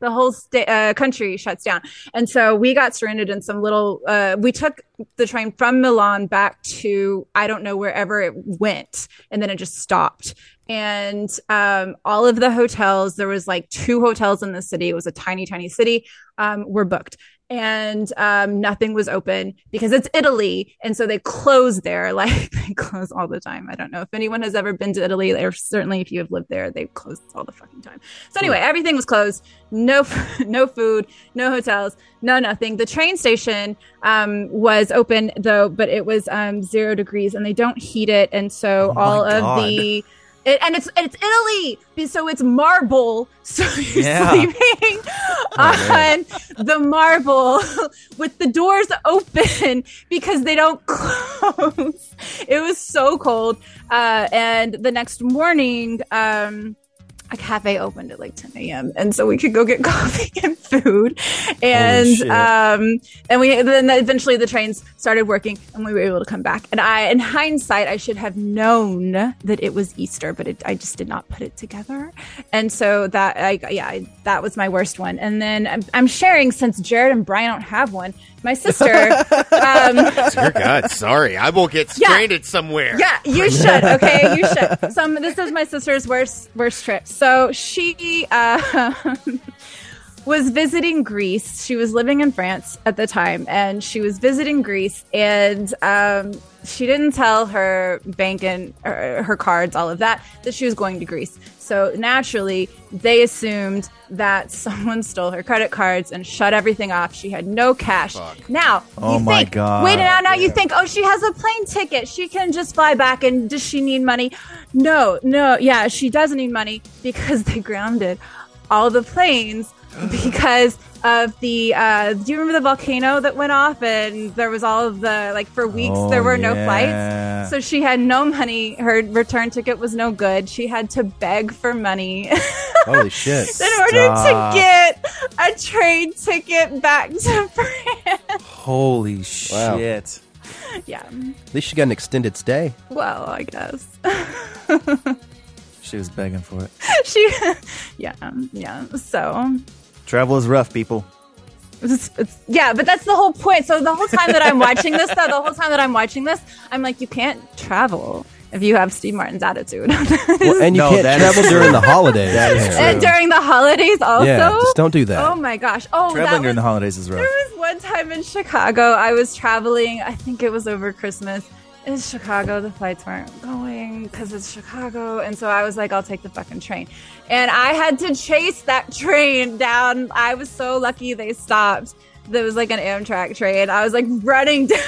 the whole sta- uh, country shuts down. And so we got stranded in some little, uh, we took the train from Milan back to, I don't know, wherever it went. And then it just stopped. And um, all of the hotels, there was like two hotels in the city. It was a tiny, tiny city, um, were booked and um, nothing was open because it's Italy, and so they close there. Like they close all the time. I don't know if anyone has ever been to Italy, or certainly if you have lived there, they close all the fucking time. So anyway, everything was closed. No, f- no food, no hotels, no nothing. The train station um, was open though, but it was um, zero degrees, and they don't heat it, and so all God. of the it, and it's and it's Italy, so it's marble. So you're Yeah. Oh, sleeping on man. the marble with the doors open because they don't close. It was so cold, uh, and the next morning. Um, a cafe opened at like 10 a.m. and so we could go get coffee and food, and shit. um, and we then eventually the trains started working and we were able to come back. And I, in hindsight, I should have known that it was Easter, but it, I just did not put it together, and so that I yeah I, that was my worst one. And then I'm, I'm sharing since Jared and Brian don't have one. My sister, um, Dear God, sorry. I will get Yeah. stranded somewhere. yeah, you should. Okay, you should. So um, this is my sister's worst worst trip. So she uh, was visiting Greece. She was living in France at the time, and she was visiting Greece, and um, she didn't tell her bank and her, her cards, all of that, that she was going to Greece. So naturally, they assumed that someone stole her credit cards and shut everything off. She had no cash. Now, Oh you my think, God. Wait, now, now you think, oh, she has a plane ticket. She can just fly back. And does she need money? No, no, yeah, she does need money because they grounded all the planes because of the. Uh, do you remember the volcano that went off and there was all of the like for weeks Oh, there were no yeah. flights, so she had no money. Her return ticket was no good. She had to beg for money Holy shit! in order to get a train ticket back to Holy shit! yeah. At least she got an extended stay. Well, I guess. She was begging for it. she yeah yeah so Travel is rough, people. it's, it's, yeah but that's the whole point so the whole time that i'm watching this though the whole time that i'm watching this i'm like you can't travel if you have steve martin's attitude Well, and you No, can't that is travel true. during the holidays. That is and during the holidays also Yeah, just don't do that. oh my gosh oh that Traveling was during the holidays is rough. There was one time in Chicago, I was traveling, I think it was over Christmas. In Chicago, the flights weren't going because it's Chicago. And so I was like, I'll take the fucking train. And I had to chase that train down. I was so lucky they stopped. There was like an Amtrak train. I was like running down.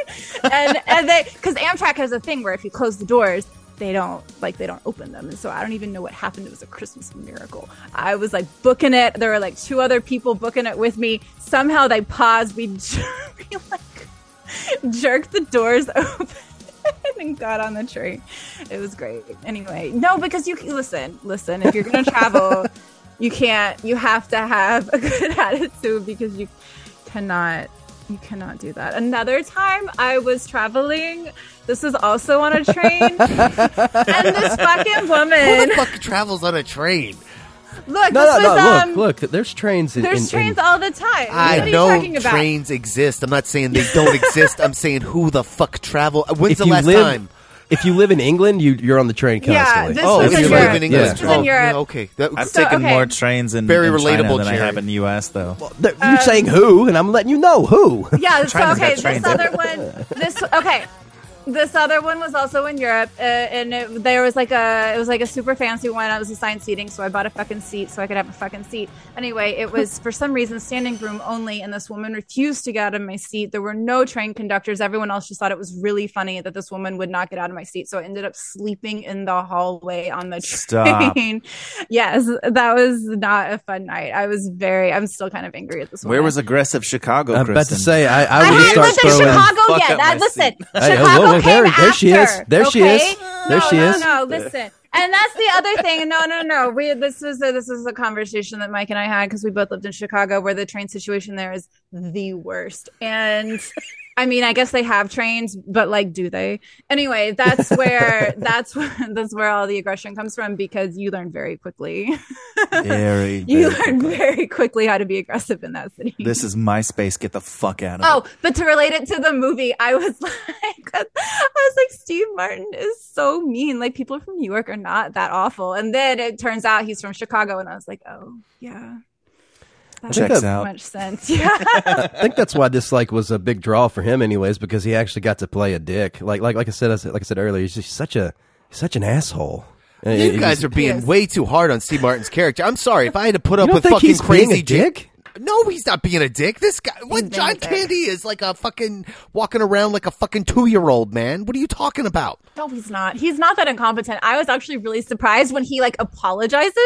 and, and they, because Amtrak has a thing where if you close the doors, they don't like they don't open them and so i don't even know what happened it was a christmas miracle i was like booking it there were like two other people booking it with me somehow they paused we, jer- we like jerked the doors open and got on the train it was great anyway no because you listen listen if you're gonna travel you can't you have to have a good attitude because you cannot you cannot do that another time i was traveling this is also on a train and this fucking Who woman the fuck travels on a train? look No, this no, was no! um Look, look. There's trains. In, there's in- trains all the time I what are you talking know about trains exist. I'm not saying they don't exist. I'm saying who the fuck travel? When's if the you last live, time? If you live in England, you, you're on the train Yeah, constantly. this Oh, was if in you live Europe. in England. This was in Oh, Europe. yeah, okay. That- I've So, taken okay. more trains in, Very in China relatable, than I Jerry. have in the U.S. Though. Th- you saying who, and I'm letting you know who. yeah so okay this other one this okay this other one was also in Europe, uh, and it, there was like a it was like a super fancy one. It was assigned seating, so I bought a fucking seat so I could have a fucking seat. Anyway, it was for some reason standing room only, and this woman refused to get out of my seat. There were no train conductors. Everyone else just thought it was really funny that this woman would not get out of my seat, so I ended up sleeping in the hallway on the Stop. train. yes, that was not a fun night. I was very. I'm still kind of angry at this. Where woman. was aggressive Chicago? I'm about to Kristen? say, I, I I would haven't start said throwing. Chicago Fuck yet. up my That, listen, seat. Hey, Chicago oh, whoa, came there, after. there she is. There she is. okay? There she no, is. No, no, listen. And that's the other thing. No, no, no. We this is a, this is a conversation that Mike and I had because we both lived in Chicago, where the train situation there is the worst. And I mean, I guess they have trains, but like, do they? Anyway, that's where that's where, that's where all the aggression comes from because you learn very quickly. Very, you very- learn very quickly how to be aggressive in that city. This is MySpace. Get the fuck out of Oh, but to relate it to the movie, I was like, I was like, Steve Martin is so mean. Like people from New York are not that awful. And then it turns out he's from Chicago, and I was like, oh yeah, that Checks makes so out. much sense. Yeah, I think that's why this like was a big draw for him, anyways, because he actually got to play a dick. Like like like I said, I said- like I said earlier, he's just such a such an asshole. And it- You it guys was- are being way too hard on Steve Martin's character. I'm sorry if I had to put up don't with think fucking he's being crazy a dick? No, he's not being a dick. This guy, what being a John dick. Candy is like a fucking walking around like a fucking two year old man. What are you talking about? No, he's not. He's not that incompetent. I was actually really surprised when he like apologizes.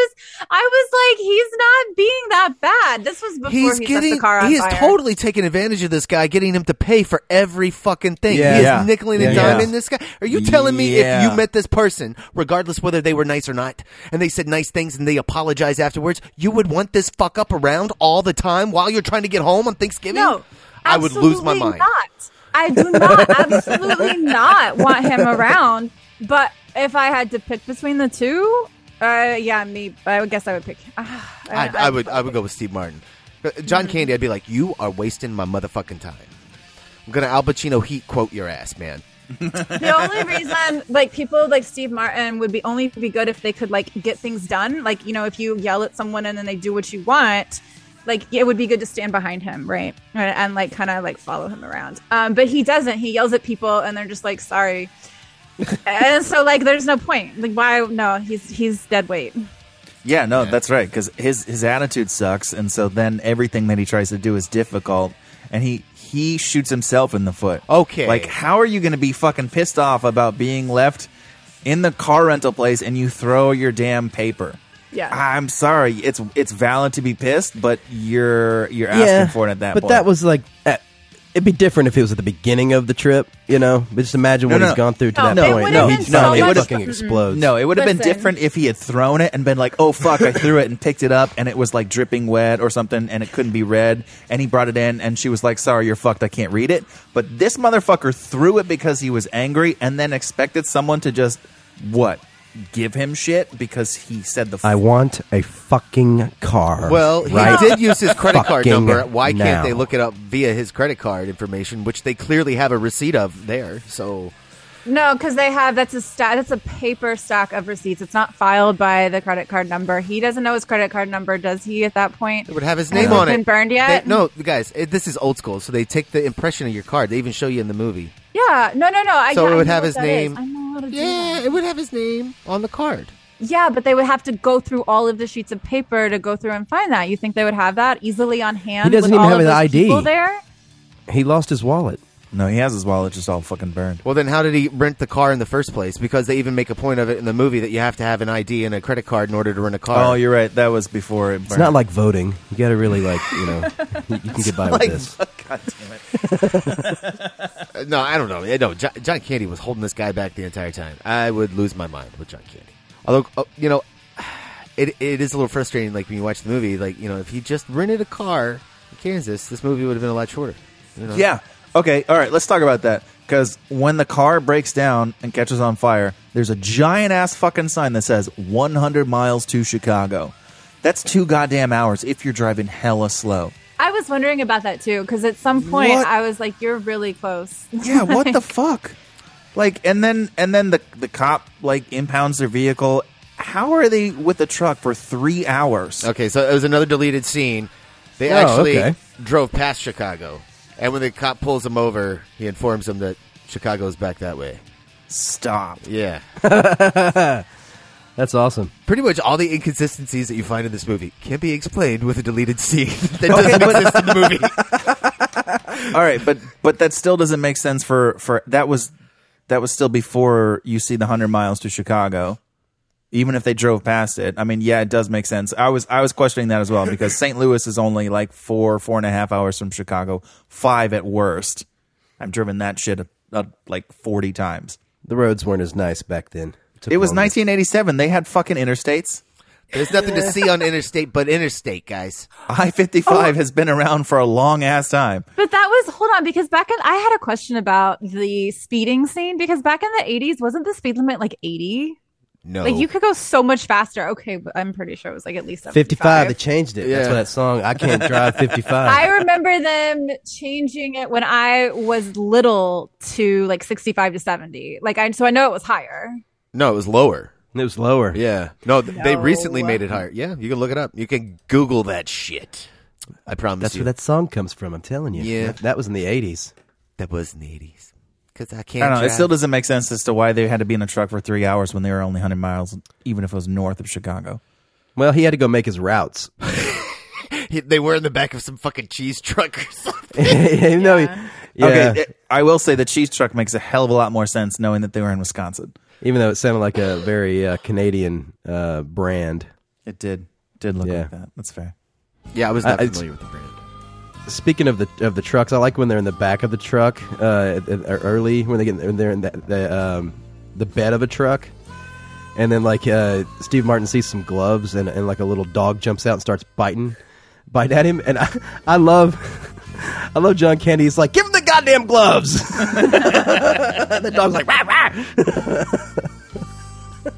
I was like, he's not being that bad. This was before He's he getting, set the car on he is fire. totally taking advantage of this guy, getting him to pay for every fucking thing. Yeah. He is Yeah. nickeling and Yeah. diming this guy. Are you telling me if Yeah. you met this person, regardless whether they were nice or not, and they said nice things and they apologized afterwards, you would want this fuck up around all the time while you're trying to get home on Thanksgiving? No. I would lose my Absolutely mind. Not. I do not absolutely not want him around. But if I had to pick between the two, uh, yeah, me. I would guess I would pick. Ah, I- I'd, I would I would go with Steve Martin. Uh, John Candy, I'd be like, you are wasting my motherfucking time. I'm gonna Al Pacino heat quote your ass, man. the only reason like people like steve martin would be only be good if they could like get things done like you know if you yell at someone and then they do what you want like it would be good to stand behind him right and, and like kind of like follow him around um, but he doesn't he yells at people and they're just like sorry and so like there's no point like why no he's he's dead weight Yeah, no, that's right. Because his his attitude sucks, and so then everything that he tries to do is difficult, and he he shoots himself in the foot. Okay, like how are you going to be fucking pissed off about being left in the car rental place and you throw your damn paper? Yeah, I'm sorry. It's it's valid to be pissed, but you're you're asking for it at that. but point. that was like at, it'd be different if it was at the beginning of the trip, you know. But just imagine No, what no. he's gone through to No, that it point. would've No, been he so finally much- fucking Mm-mm. explodes. No, it would have been Listen. different if he had thrown it and been like, "Oh fuck, I threw it and picked it up and it was like dripping wet or something and it couldn't be read." And he brought it in and she was like, "Sorry, you're fucked. I can't read it." But this motherfucker threw it because he was angry and then expected someone to just what? Give him shit because he said the I want a fucking car. Well, he right did use his credit card fucking number. Why can't now. they look it up via his credit card information, which they clearly have a receipt of there? So no because they have that's a stat that's a paper stack of receipts it's not filed by the credit card number he doesn't know his credit card number does he at that point it would have his Has name on been it. burned yet They- no, guys, it, this is old school. So they take the impression of your card. They even show you in the movie. Yeah, no, no, no. I, So yeah, it I would know have what his that name. is. I know how to do Yeah, that. it would have his name on the card. Yeah, but they would have to go through all of the sheets of paper to go through and find that. You think they would have that easily on hand? He doesn't with even have all of his those ID. people there. He lost his wallet. No, he has his wallet just all fucking burned. Well, then how did he rent the car in the first place? Because they even make a point of it in the movie that you have to have an ID and a credit card in order to rent a car. Oh, you're right. That was before it burned. It's not like voting. You got to really like you know you can get by with Like, this. God damn it. Uh, no, I don't know. Yeah, No, John, John Candy was holding this guy back the entire time. I would lose my mind with John Candy. Although, uh, you know, it, it is a little frustrating. Like when you watch the movie, like you know, if he just rented a car in Kansas, this movie would have been a lot shorter. you know? Yeah. Okay. All right. Let's talk about that. Because when the car breaks down and catches on fire, there's a giant ass fucking sign that says 100 miles to Chicago. That's two goddamn hours if you're driving hella slow. I was wondering about that too because at some point What? I was like, "You're really close." Yeah. What the fuck? Like, and then and then the the cop like impounds their vehicle. How are they with the truck for three hours? Okay, so it was another deleted scene. They Oh, actually okay. drove past Chicago, and when the cop pulls him over, he informs him that Chicago's back that way. Stop. Yeah. That's awesome. Pretty much all the inconsistencies that you find in this movie can be explained with a deleted scene Okay, that doesn't but- exist in the movie. All right, but but that still doesn't make sense for for that was that was still before you see the 100 miles to Chicago. Even if they drove past it, I mean, yeah, it does make sense. I was I was questioning that as well because St. Louis is only like four four and a half hours from Chicago, five at worst. I've driven that shit uh, like forty times. The roads weren't as nice back then. Took It was longer. 1987. They had fucking interstates. There's nothing to see on interstate but interstate, guys. I 55 has been around for a long ass time. But that was hold on because back in I had a question about the speeding scene because back in the 80s wasn't the speed limit like 80? No. Like you could go so much faster. Okay, but I'm pretty sure it was like at least 55. They changed it. That's Yeah. why that song I can't drive Uh. 55. I remember them changing it when I was little to like 65 to 70. Like I so I know it was higher. No, it was lower. It was lower. Yeah. No, th- they No. recently made it higher. Yeah, you can look it up. You can Google that shit. I promise That's you. where that song comes from. I'm telling you. Yeah. That, that was in the 80s. That was in the 80s. Because I I can't. don't know. It drive. still doesn't make sense as to why they had to be in a truck for three hours when they were only 100 miles, even if it was north of Chicago. Well, he had to go make his routes. he- they were in the back of some fucking cheese truck or something. You know, yeah. Okay, I will say the cheese truck makes a hell of a lot more sense knowing that they were in Wisconsin. Even though it sounded like a very uh, Canadian uh, brand. It did. Did look like that. That's fair. Yeah, I was not I- it's- familiar with the brand. Speaking of the of the trucks, I like when they're in the back of the truck uh, at- at- or early when they get when they're in the the, um, the bed of a truck, and then like uh, Steve Martin sees some gloves and, and like a little dog jumps out and starts biting, bite at him, and I I love I love John Candy. He's like, give him the goddamn gloves. the dog's like, rah, rah.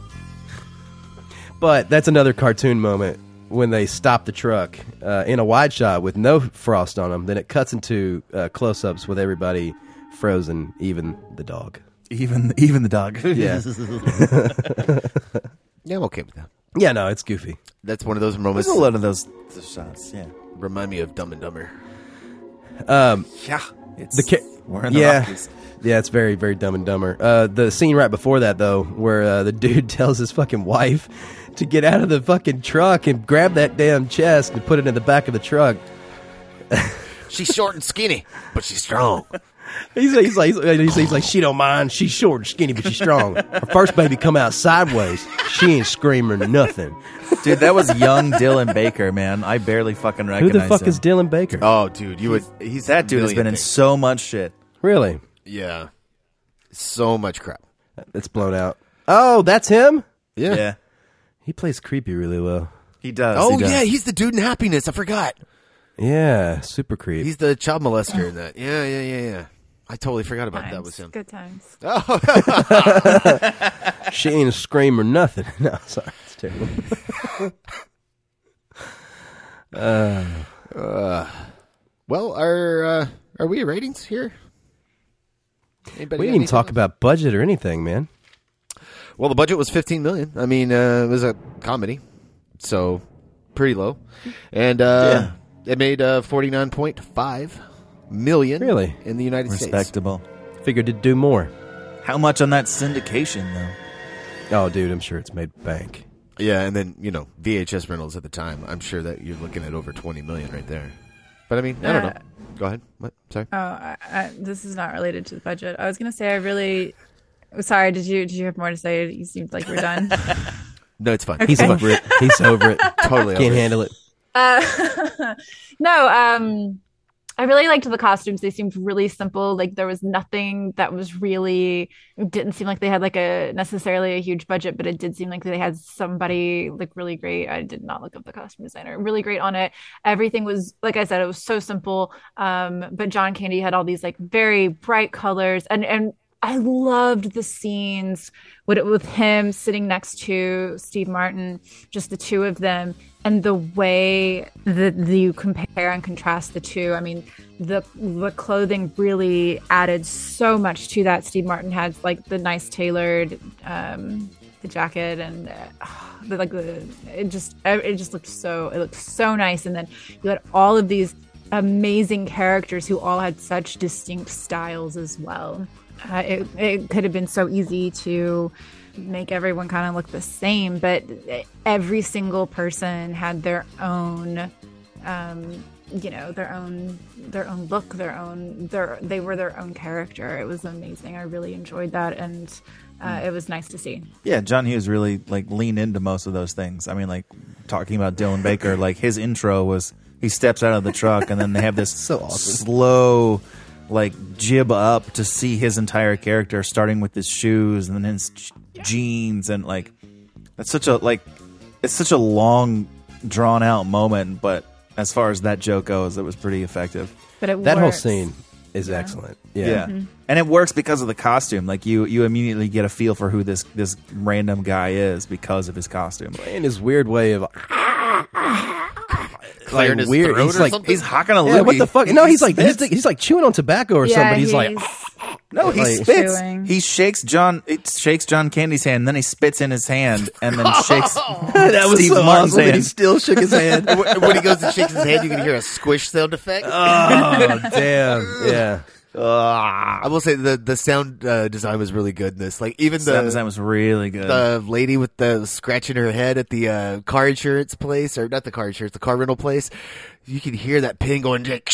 but that's another cartoon moment when they stop the truck uh, in a wide shot with no frost on them. Then it cuts into uh, close ups with everybody frozen, even the dog. Even even the dog. Yeah. Yeah, I'm okay with that. yeah, no, it's goofy. That's one of those moments. There's a lot of those, shots. Yeah, remind me of Dumb and Dumber. Um, Yeah, it's the ca- we're in the yeah, Rockies. yeah, it's very, very dumb and dumber. Uh, the scene right before that, though, where uh, the dude tells his fucking wife to get out of the fucking truck and grab that damn chest and put it in the back of the truck. She's short and skinny, but she's strong. He's, he's like, he's, like- he's like, she don't mind. She's short and skinny, but she's strong. Her first baby come out sideways. She ain't screaming nothing. dude, that was young Dylan Baker, man. I barely fucking Who recognize the fuck him. is Dylan Baker? Oh, dude, you would. He's that dude has million been in things. so much shit. Really? Yeah, so much crap. It's blown out. Oh, that's him. Yeah. Yeah. He plays creepy really well. He does. oh he does. yeah, he's the dude in Happiness. I forgot. Yeah, super creep. He's the child molester in that. Yeah, yeah, yeah, yeah. I totally forgot about that was him. Good times. she ain't a scream or nothing. No, sorry, it's terrible. uh, Uh, well, are uh, are we at ratings here? Anybody we got didn't even anything? talk about budget or anything, man. Well, the budget was 15 million. I mean, uh, it was a comedy, so pretty low, and uh, it made uh, 49.5 million. Really? in the United States. Respectable. Figured to do more. How much on that syndication though? Oh, dude, I'm sure it's made bank. Yeah, and then you know VHS rentals at the time. I'm sure that you're looking at over 20 million right there. But I mean, I don't Uh, know. Go ahead. What? Sorry. Oh, I, I, this is not related to the budget. I was gonna say I really. Sorry, did you did you have more to say? You seemed like you we're done. No, it's fine. He's Okay. over it. He's over it. Totally can't over it. handle it. Uh, no, um, I really liked the costumes. They seemed really simple. Like there was nothing that was really, it didn't seem like they had like a necessarily a huge budget, but it did seem like they had somebody like really great. I did not look up the costume designer. Really great on it. Everything was, like I said, it was so simple. Um, but John Candy had all these like very bright colors and, and, I loved the scenes with with him sitting next to Steve Martin, just the two of them, and the way that you compare and contrast the two. I mean, the the clothing really added so much to that. Steve Martin had like the nice tailored um, the jacket and uh, the, like the it just it just looked so it looked so nice. And then you had all of these amazing characters who all had such distinct styles as well. Uh, it, it could have been so easy to make everyone kind of look the same, but every single person had their own, um, you know, their own their own look, their own their they were their own character. It was amazing. I really enjoyed that, and Hmm. uh, it was nice to see. Yeah, John Hughes really like leaned into most of those things. I mean, like talking about Dylan Baker, like his intro was he steps out of the truck and then they have this so slow like jib up to see his entire character starting with his shoes and then his j- jeans and like that's such a like it's such a long drawn out moment, but as far as that joke goes, it was pretty effective. But it that whole works. scene is excellent. Yeah. Mhm. And it works because of the costume. Like you you immediately get a feel for who this this random guy is because of his costume. And his weird way of Clearing his throat he's or like something? He's hocking a yeah, What loogie. the fuck? No, He he's like he's, spits. like- he's like chewing on tobacco or Yeah, something. He's, like "Ah." No, he Like- spits. Chewing. He shakes John. It shakes John Candy's hand. Then he spits in his hand, and then shakes. That was Steve so Martin's awesome that he hand. still shook his hand. Ah. when he goes and shakes his hand, you can hear a squish sound effect. oh damn, yeah. I will say the the sound uh, design was really good. In this, like even the Sound design was really good. The lady with the scratching her head at the uh, car insurance place, or not the car insurance, the car rental place. You can hear that pin going like,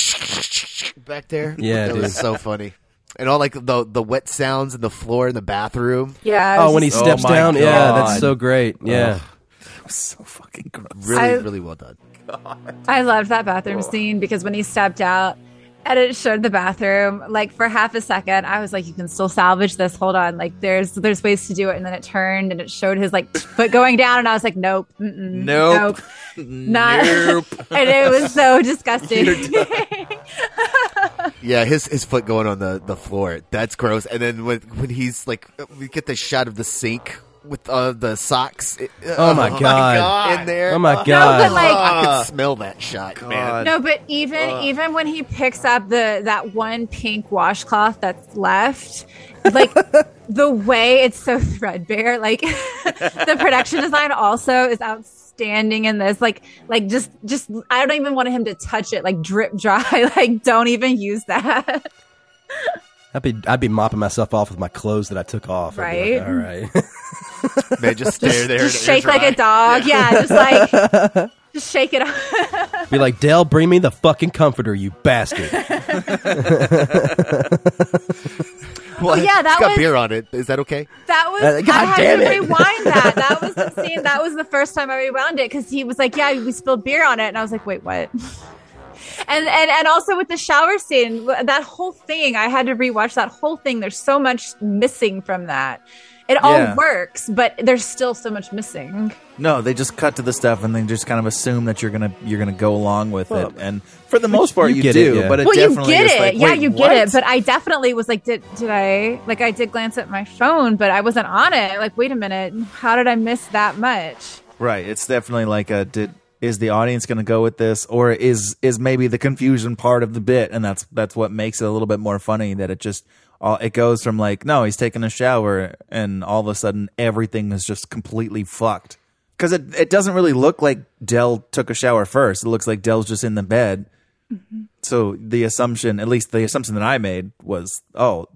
back there. Yeah, that dude. was so funny. And all like the the wet sounds and the floor in the bathroom. Yeah, Oh, when he steps down, yeah, that's so great. Yeah, so fucking gross. I- Really, really well done. I loved that bathroom scene because when he stepped out and it showed the bathroom, like for half a second, I was like, you can still salvage this. Hold on. Like there's there's ways to do it. And then it turned and it showed his like foot going down. And I was like, nope. Mm-mm, Nope. Not. Nope. and it was so disgusting. Yeah, his his foot going on the, the floor. That's gross. And then when when he's like, we get the shot of the sink with uh, the socks. It- Oh my God. in there. Oh my No, God. but like- I could smell that shot, man. No, but even Ugh. even when he picks up the that one pink washcloth that's left, like the way it's so threadbare, like the production design also is outstanding in this. Like like just just I don't even want him to touch it, like drip dry. Like don't even use that. I'd be I'd be mopping myself off with my clothes that I took off. I'd be like, Right. All right. they just stare there. just shake like a dog. Yeah, just like just shake it off. Be like, Dale, bring me the fucking comforter, you bastard. Well, yeah, that it's got was- beer on it. Is that okay? That was Uh, God I had damn to it. rewind that. That was the scene. That was the first time I rewound it because he was like, "Yeah, we spilled beer on it," and I was like, "Wait, what?" And and and also with the shower scene, that whole thing, I had to rewatch that whole thing. There's so much missing from that. It all Yeah. works, but there's still so much missing. No, they just cut to the stuff and they just kind of assume that you're gonna you're gonna go along with it. And for the most part, you you, get do. it, yeah. But it well, you definitely get is it, like, yeah, wait, you get what? it. But I definitely was like, did did I like I did glance at my phone, but I wasn't on it. Like, wait a minute, how did I miss that much? Right. It's definitely like a did is the audience going to go with this or is is maybe the confusion part of the bit and that's that's what makes it a little bit more funny that it just all it goes from like no, he's taking a shower and all of a sudden everything is just completely fucked. Cuz it it doesn't really look like Dell took a shower first. It looks like Dell's just in the bed. Mm-hmm. So the assumption, at least the assumption that I made was, oh,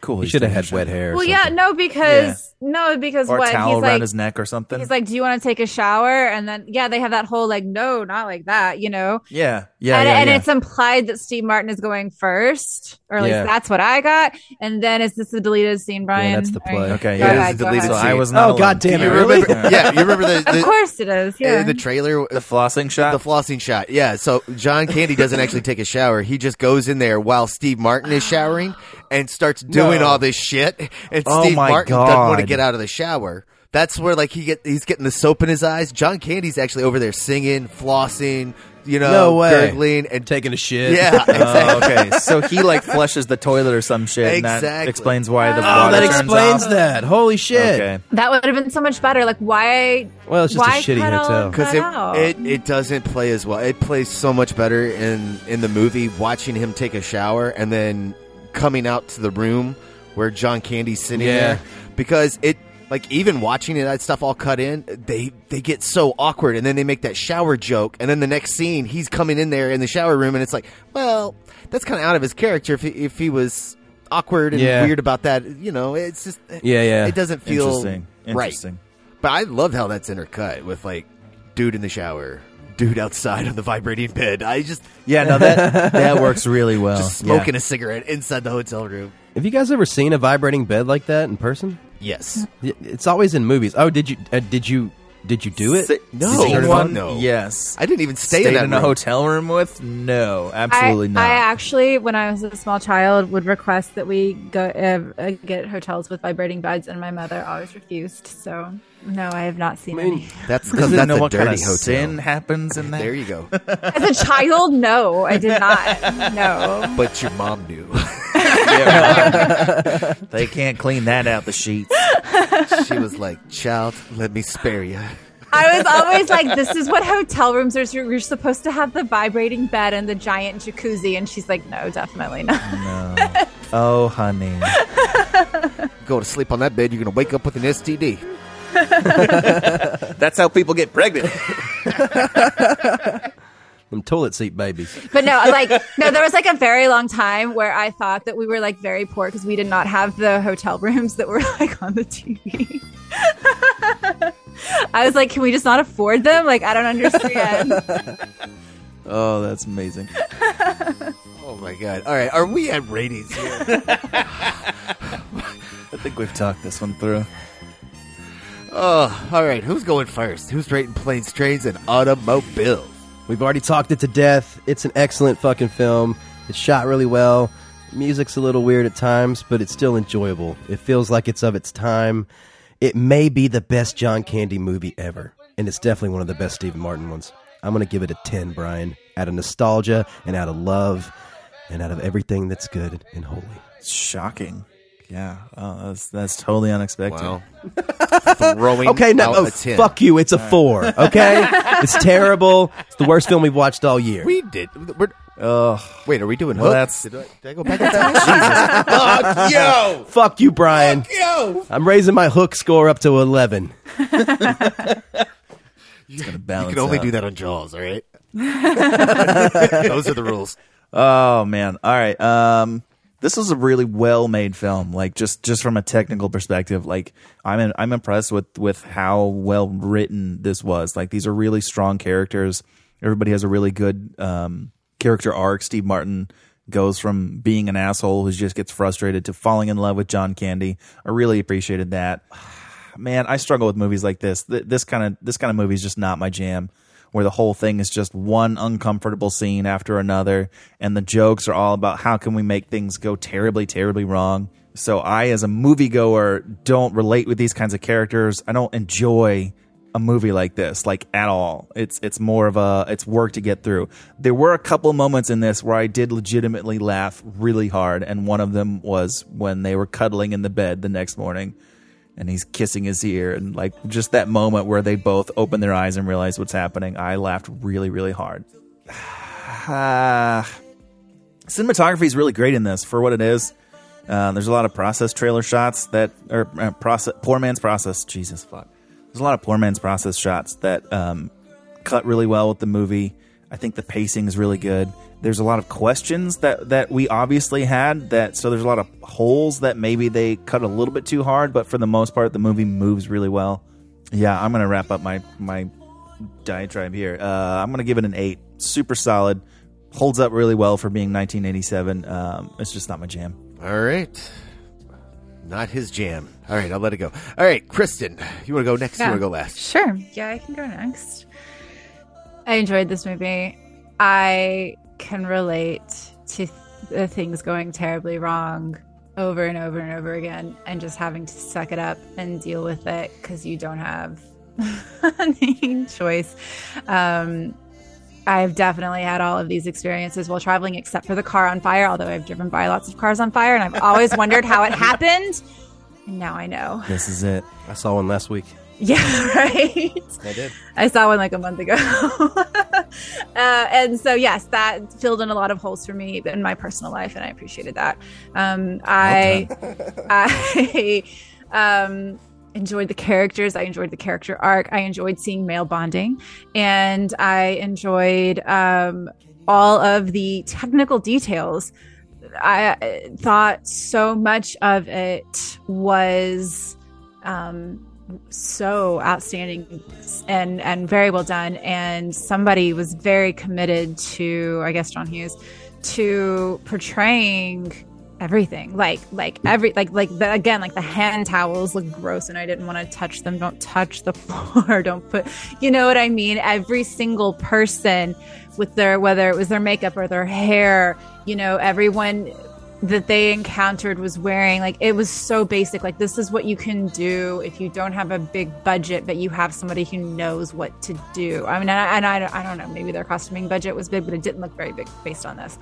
cool. He he's should have taking a had shower. wet hair. or Well, yeah, no, because no, because Or what a towel he's around like, his neck or something. he's like, do you want to take a shower? And then yeah, they have that whole like, no, not like that, you know. yeah, yeah, and, yeah, and yeah. it's implied that Steve Martin is going first, or at least Yeah. that's what I got. And then is this the deleted scene, Brian? Yeah, that's the All play. right. Okay, Go yeah, ahead, this is go deleted ahead. scene. I was not Oh, God alone. damn it! You Really? remember- yeah, you remember the, Of the, course it is. Yeah. uh, the trailer, the flossing shot, the flossing shot. Yeah. So John Candy doesn't actually take a shower. He just goes in there while Steve Martin is showering and starts doing No. all this shit. And Oh Steve my Martin doesn't want to God. get out of the shower. That's where like he get he's getting the soap in his eyes. John Candy's actually over there singing, flossing, you know, No way. gurgling and Taking a shit. Yeah, Oh, exactly. okay. So he like flushes the toilet or some shit. And that Exactly. explains why the Oh, water that turns explains off. that. Holy shit. Okay. That would have been so much better. Like, why? Well, it's just a why shitty cut all hotel. that because out? it, it it doesn't play as well. It plays so much better in in the movie. Watching him take a shower and then coming out to the room where John Candy's sitting Yeah. there because it like even watching it that stuff all cut in they they get so awkward and then they make that shower joke and then the next scene he's coming in there in the shower room and it's like well that's kind of out of his character if he, if he was awkward and Yeah. weird about that you know it's just Yeah, yeah. it doesn't feel Interesting. Interesting. right but i love how that's intercut with like dude in the shower dude outside on the vibrating bed i just Yeah, no, that that works really well. just smoking a cigarette inside the hotel room Have you guys ever seen a vibrating bed like that in person? yes Y- It's always in movies. Oh, did you? Uh, did you? Did you do it? Si- No. Did you turn it One, on? No. Yes. i didn't even stay Stayed in that a room. hotel room with? No, I- absolutely not. I actually, when I was a small child, would request that we go uh, uh, get hotels with vibrating beds, and my mother always refused. So, no, I have not seen any. that's Does because it that's know a what dirty kind of hotel sin happens in that? there you go As a child, no, I did not. No. but your mom knew Yeah. they can't clean that out the sheets. she was like child let me spare you I was always like, this is what hotel rooms are. You're supposed to have the vibrating bed and the giant jacuzzi. And she's like, no, definitely not. No. Oh, honey. go to sleep on that bed you're gonna wake up with an std That's how people get pregnant. Them toilet seat babies. But no, like no, there was like a very long time where I thought that we were like very poor because we did not have the hotel rooms that were like on the TV. I was like, can we just not afford them? Like, I don't understand. Oh, that's amazing. oh my god! All right, are we at ratings here? I think we've talked this one through. oh, all right. Who's going first? Who's rating planes, trains, and automobiles? We've already talked it to death. It's an excellent fucking film. It's shot really well. Music's a little weird at times, but it's still enjoyable. It feels like it's of its time. It may be the best John Candy movie ever, and it's definitely one of the best Stephen Martin ones. I'm going to give it a 10, Brian, out of nostalgia and out of love and out of everything that's good and holy. Shocking. Yeah, oh, that's that's totally unexpected. Throwing okay, no, out oh, a 10. fuck you. It's a All right. four. Okay, it's terrible. It's the worst film we've watched all year. We did. We're, wait, are we doing Well, Hook? that's- did I, did I go back in time? Jesus. Fuck yo! Fuck you, Brian. Fuck you! I'm raising my hook score up to eleven. You balance can only out. do that on Jaws, all right? Those are the rules. Oh man. All right. Um this was a really well made film. Like just just from a technical perspective, like I'm in, I'm impressed with with how well written this was. Like these are really strong characters. Everybody has a really good um character arc. Steve Martin goes from being an asshole who just gets frustrated to falling in love with John Candy. I really appreciated that man, I struggle with movies like this. Th- This kind of this kind of movie is just not my jam. Where the whole thing is just one uncomfortable scene after another, and the jokes are all about how can we make things go terribly, terribly wrong. So I, as a moviegoer, don't relate with these kinds of characters. I don't enjoy a movie like this, like at all. It's it's more of a it's work to get through. There were a couple moments in this where I did legitimately laugh really hard, and one of them was when they were cuddling in the bed the next morning and he's kissing his ear and like just that moment where they both open their eyes and realize what's happening i laughed really really hard Ah. cinematography is really great in this for what it is uh, there's a lot of process trailer shots that are uh, process poor man's process jesus fuck there's a lot of poor man's process shots that um, cut really well with the movie i think the pacing is really good there's a lot of questions that that we obviously had that so there's a lot of holes that maybe they cut a little bit too hard but for the most part the movie moves really well yeah i'm gonna wrap up my my diatribe here uh, i'm gonna give it an eight super solid holds up really well for being 1987 um, it's just not my jam All right. Not his jam. All right, I'll let it go. All right, Kristen, you want to go next? You Yeah. want to go last? Sure. Yeah, I can go next. I enjoyed this movie. I can relate to th- the things going terribly wrong over and over and over again and just having to suck it up and deal with it because you don't have any choice. Um, I've definitely had all of these experiences while traveling, except for the car on fire, although I've driven by lots of cars on fire and I've always wondered how it happened. And now I know. this is it i saw one last week Yeah, right. I did. I saw one like a month ago. uh, and so, yes, that filled in a lot of holes for me in my personal life, and I appreciated that. Um, I, I um, enjoyed the characters. I enjoyed the character arc. I enjoyed seeing male bonding, and I enjoyed um, all of the technical details. I uh, thought so much of it was um, so outstanding and and very well done. And somebody was very committed to, I guess, John Hughes, to portraying everything like like every like like the, again like the hand towels look gross and i didn't want to touch them don't touch the floor don't put you know what i mean every single person with their whether it was their makeup or their hair you know everyone that they encountered was wearing. Like it was so basic. Like this is what you can do if you don't have a big budget, but you have somebody who knows what to do. I mean, and I, and I, I don't know. Maybe their costuming budget was big, but it didn't look very big based on this.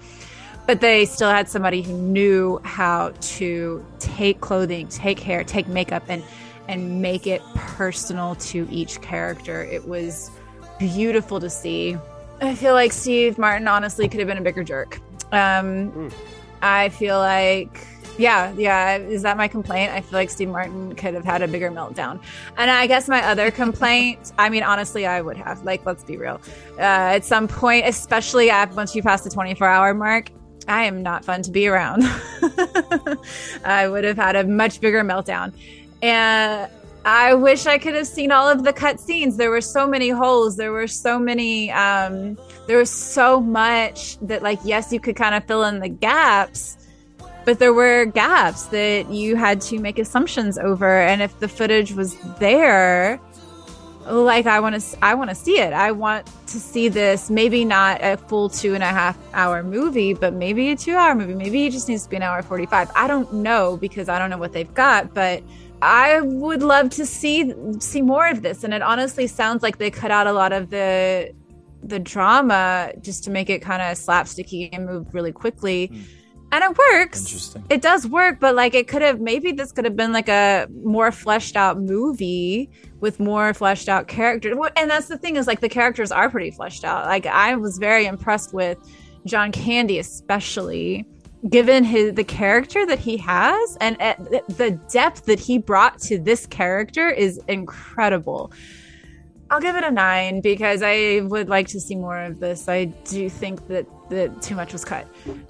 But they still had somebody who knew how to take clothing, take hair, take makeup, and and make it personal to each character. It was beautiful to see. I feel like Steve Martin honestly could have been a bigger jerk. Um, I feel like yeah, yeah. Is that my complaint? I feel like Steve Martin could have had a bigger meltdown. And I guess my other complaint, I mean, honestly, I would have. Like, let's be real. Uh, at some point, especially after, once you pass the 24 hour mark, I am not fun to be around. I would have had a much bigger meltdown. And I wish I could have seen all of the cut scenes. There were so many holes. There were so many, um, there was so much that, like, yes, you could kind of fill in the gaps, but there were gaps that you had to make assumptions over. And if the footage was there, like I want to, I want to see it. I want to see this. Maybe not a full two and a half hour movie, but maybe a two hour movie. Maybe it just needs to be an hour forty five. I don't know because I don't know what they've got, but I would love to see see more of this. And it honestly sounds like they cut out a lot of the the drama just to make it kind of slapsticky and move really quickly. And it works. Interesting. It does work, but like it could have maybe this could have been like a more fleshed out movie with more fleshed out characters. Well, And that's the thing is like the characters are pretty fleshed out. Like I was very impressed with John Candy especially given his the character that he has and uh, th- the depth that he brought to this character is incredible. I'll give it a 9 because I would like to see more of this. I do think that that too much was cut.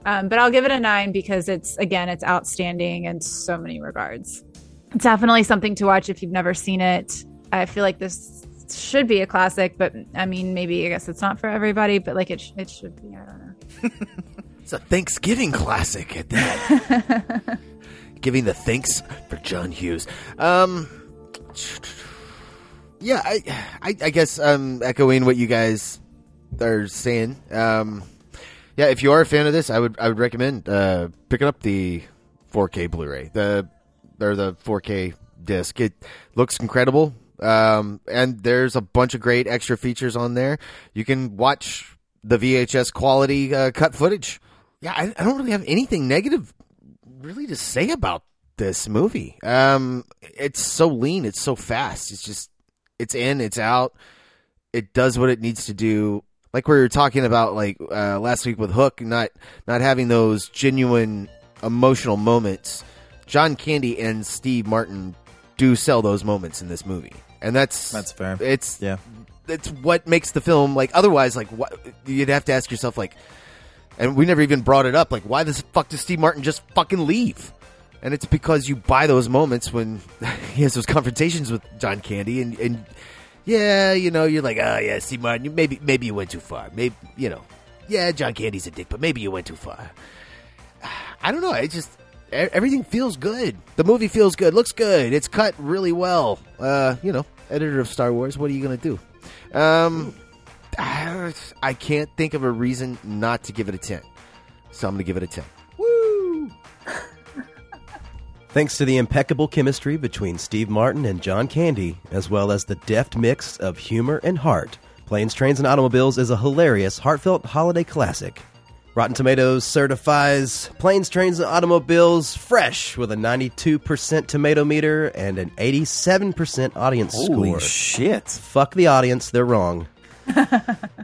Um, but I'll give it a 9 because it's again it's outstanding in so many regards. It's definitely something to watch if you've never seen it. I feel like this should be a classic, but I mean maybe I guess it's not for everybody, but like it sh- it should be. uh, I don't know. It's a Thanksgiving classic at that. Giving the thanks for John Hughes. Um, yeah, I, I, I guess I'm echoing what you guys are saying. Um, yeah, if you are a fan of this, I would I would recommend uh, picking up the 4K Blu-ray, the or the 4K disc. It looks incredible, um, and there's a bunch of great extra features on there. You can watch the VHS quality uh, cut footage. Yeah, I, I don't really have anything negative really to say about this movie. Um, it's so lean, it's so fast. It's just it's in, it's out. It does what it needs to do. Like we were talking about, like uh, last week with Hook, not not having those genuine emotional moments. John Candy and Steve Martin do sell those moments in this movie, and that's that's fair. It's yeah, it's what makes the film like. Otherwise, like what you'd have to ask yourself, like, and we never even brought it up, like why the fuck does Steve Martin just fucking leave? And it's because you buy those moments when he has those confrontations with John Candy, and and yeah, you know, you're like, oh yeah, Steve Martin, you, maybe maybe you went too far, maybe you know, yeah, John Candy's a dick, but maybe you went too far. I don't know. It just e- everything feels good. The movie feels good, looks good. It's cut really well. Uh, you know, editor of Star Wars, what are you gonna do? Um, I I can't think of a reason not to give it a ten, so I'm gonna give it a ten. Thanks to the impeccable chemistry between Steve Martin and John Candy, as well as the deft mix of humor and heart, Planes, Trains, and Automobiles is a hilarious, heartfelt holiday classic. Rotten Tomatoes certifies Planes, Trains, and Automobiles fresh with a 92% tomato meter and an 87% audience Holy score. shit. Fuck the audience, they're wrong.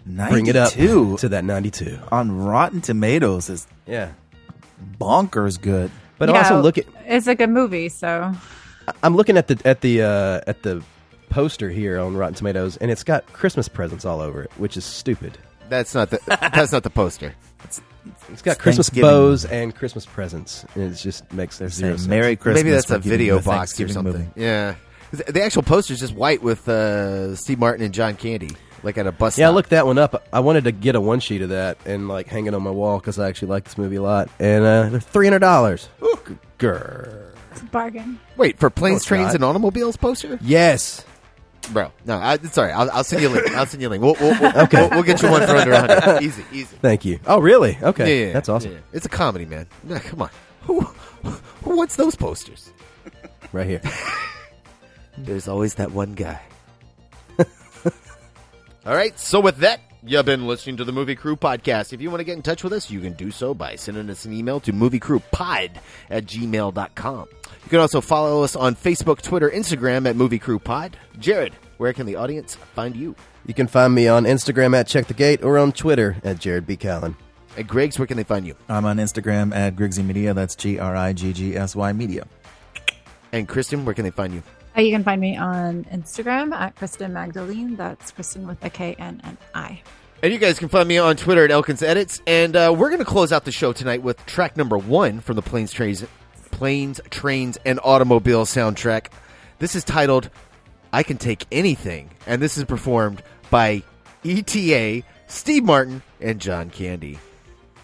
Bring it up 92. to that 92. On Rotten Tomatoes is yeah, bonkers good. But Yeah, also look at it's a good movie, so I'm looking at the at the uh, at the poster here on Rotten Tomatoes, and it's got Christmas presents all over it, which is stupid. That's not the that's not the poster. It's got Christmas bows and Christmas presents, and it just makes zero saying sense. Merry Maybe that's a video box or something. Yeah, the the actual poster is just white with uh, Steve Martin and John Candy, like at a bus. Yeah, I looked that one up. I wanted to get a one sheet of that and like hang it on my wall because I actually like this movie a lot. And uh, they're three hundred dollars. Grr. it's a bargain. Wait for planes, No, it's trains, not. and automobiles poster, Yes, bro. No, I, sorry. I'll, I'll send you a link. I'll send you a link. We'll, we'll, we'll, Okay. we'll, we'll get you one for under hundred. Easy, easy. Thank you. Oh, really? Okay, Yeah, yeah, that's awesome. yeah. It's a comedy, man. Yeah, come on. Who, who wants those posters? Right here. There's always that one guy. All right. So with that, you've been listening to the Movie Crew podcast. If you want to get in touch with us, you can do so by sending us an email to moviecrewpod at gmail.com. You can also follow us on Facebook, Twitter, Instagram at Movie Crew Pod. Jared, where can the audience find you? You can find me on Instagram at Check the Gate or on Twitter at Jared B. Callen. And Greg's, where can they find you? I'm on Instagram at Grigsy Media. That's G R I G G S Y Media. And Kristen, where can they find you? Uh, You can find me on Instagram at Kristen Magdalene. That's Kristen with a K N N I. And you guys can find me on Twitter at Elkins Edits. And uh, we're going to close out the show tonight with track number one from the Planes, Trains, Planes, Trains, and Automobile soundtrack. This is titled "I Can Take Anything," and this is performed by ETA, Steve Martin, and John Candy.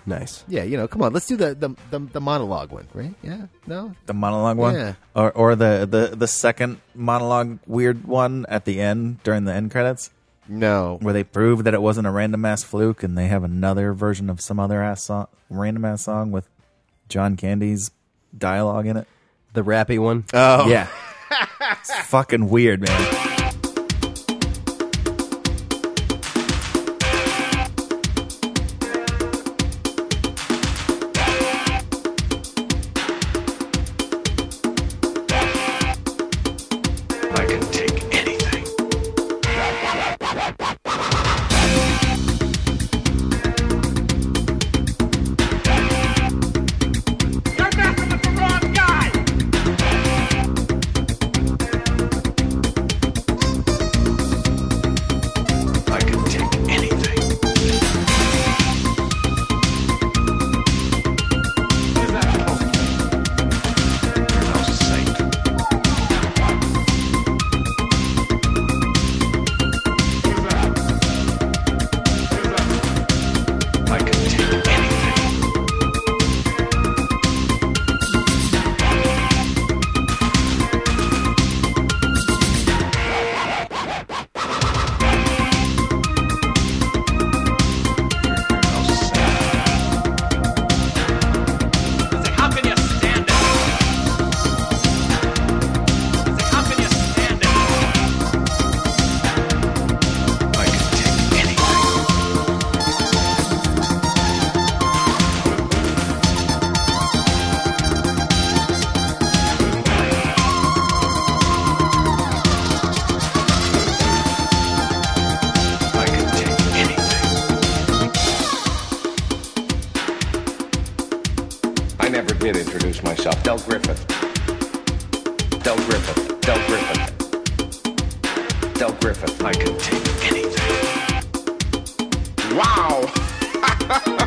Nice. Yeah, you know, come on, let's do the the, the, the monologue one, right? Yeah, no, The monologue one, Yeah. or or the, the the second monologue weird one at the end during the end credits. No, where they prove that it wasn't a random ass fluke, and they have another version of some other ass song, random ass song with John Candy's dialogue in it. The rappy one. Oh yeah, it's fucking weird, man. I can take anything. You're messing with the wrong guy! I can take anything. Where's that poke? You're no saint. I can take anything. How can you stand it? How can you stand it? I can take anything. I can take anything. I never did introduce myself. Del Griffith. Del Griffith. Del Griffith. Del Griffith. I can take anything. Wow!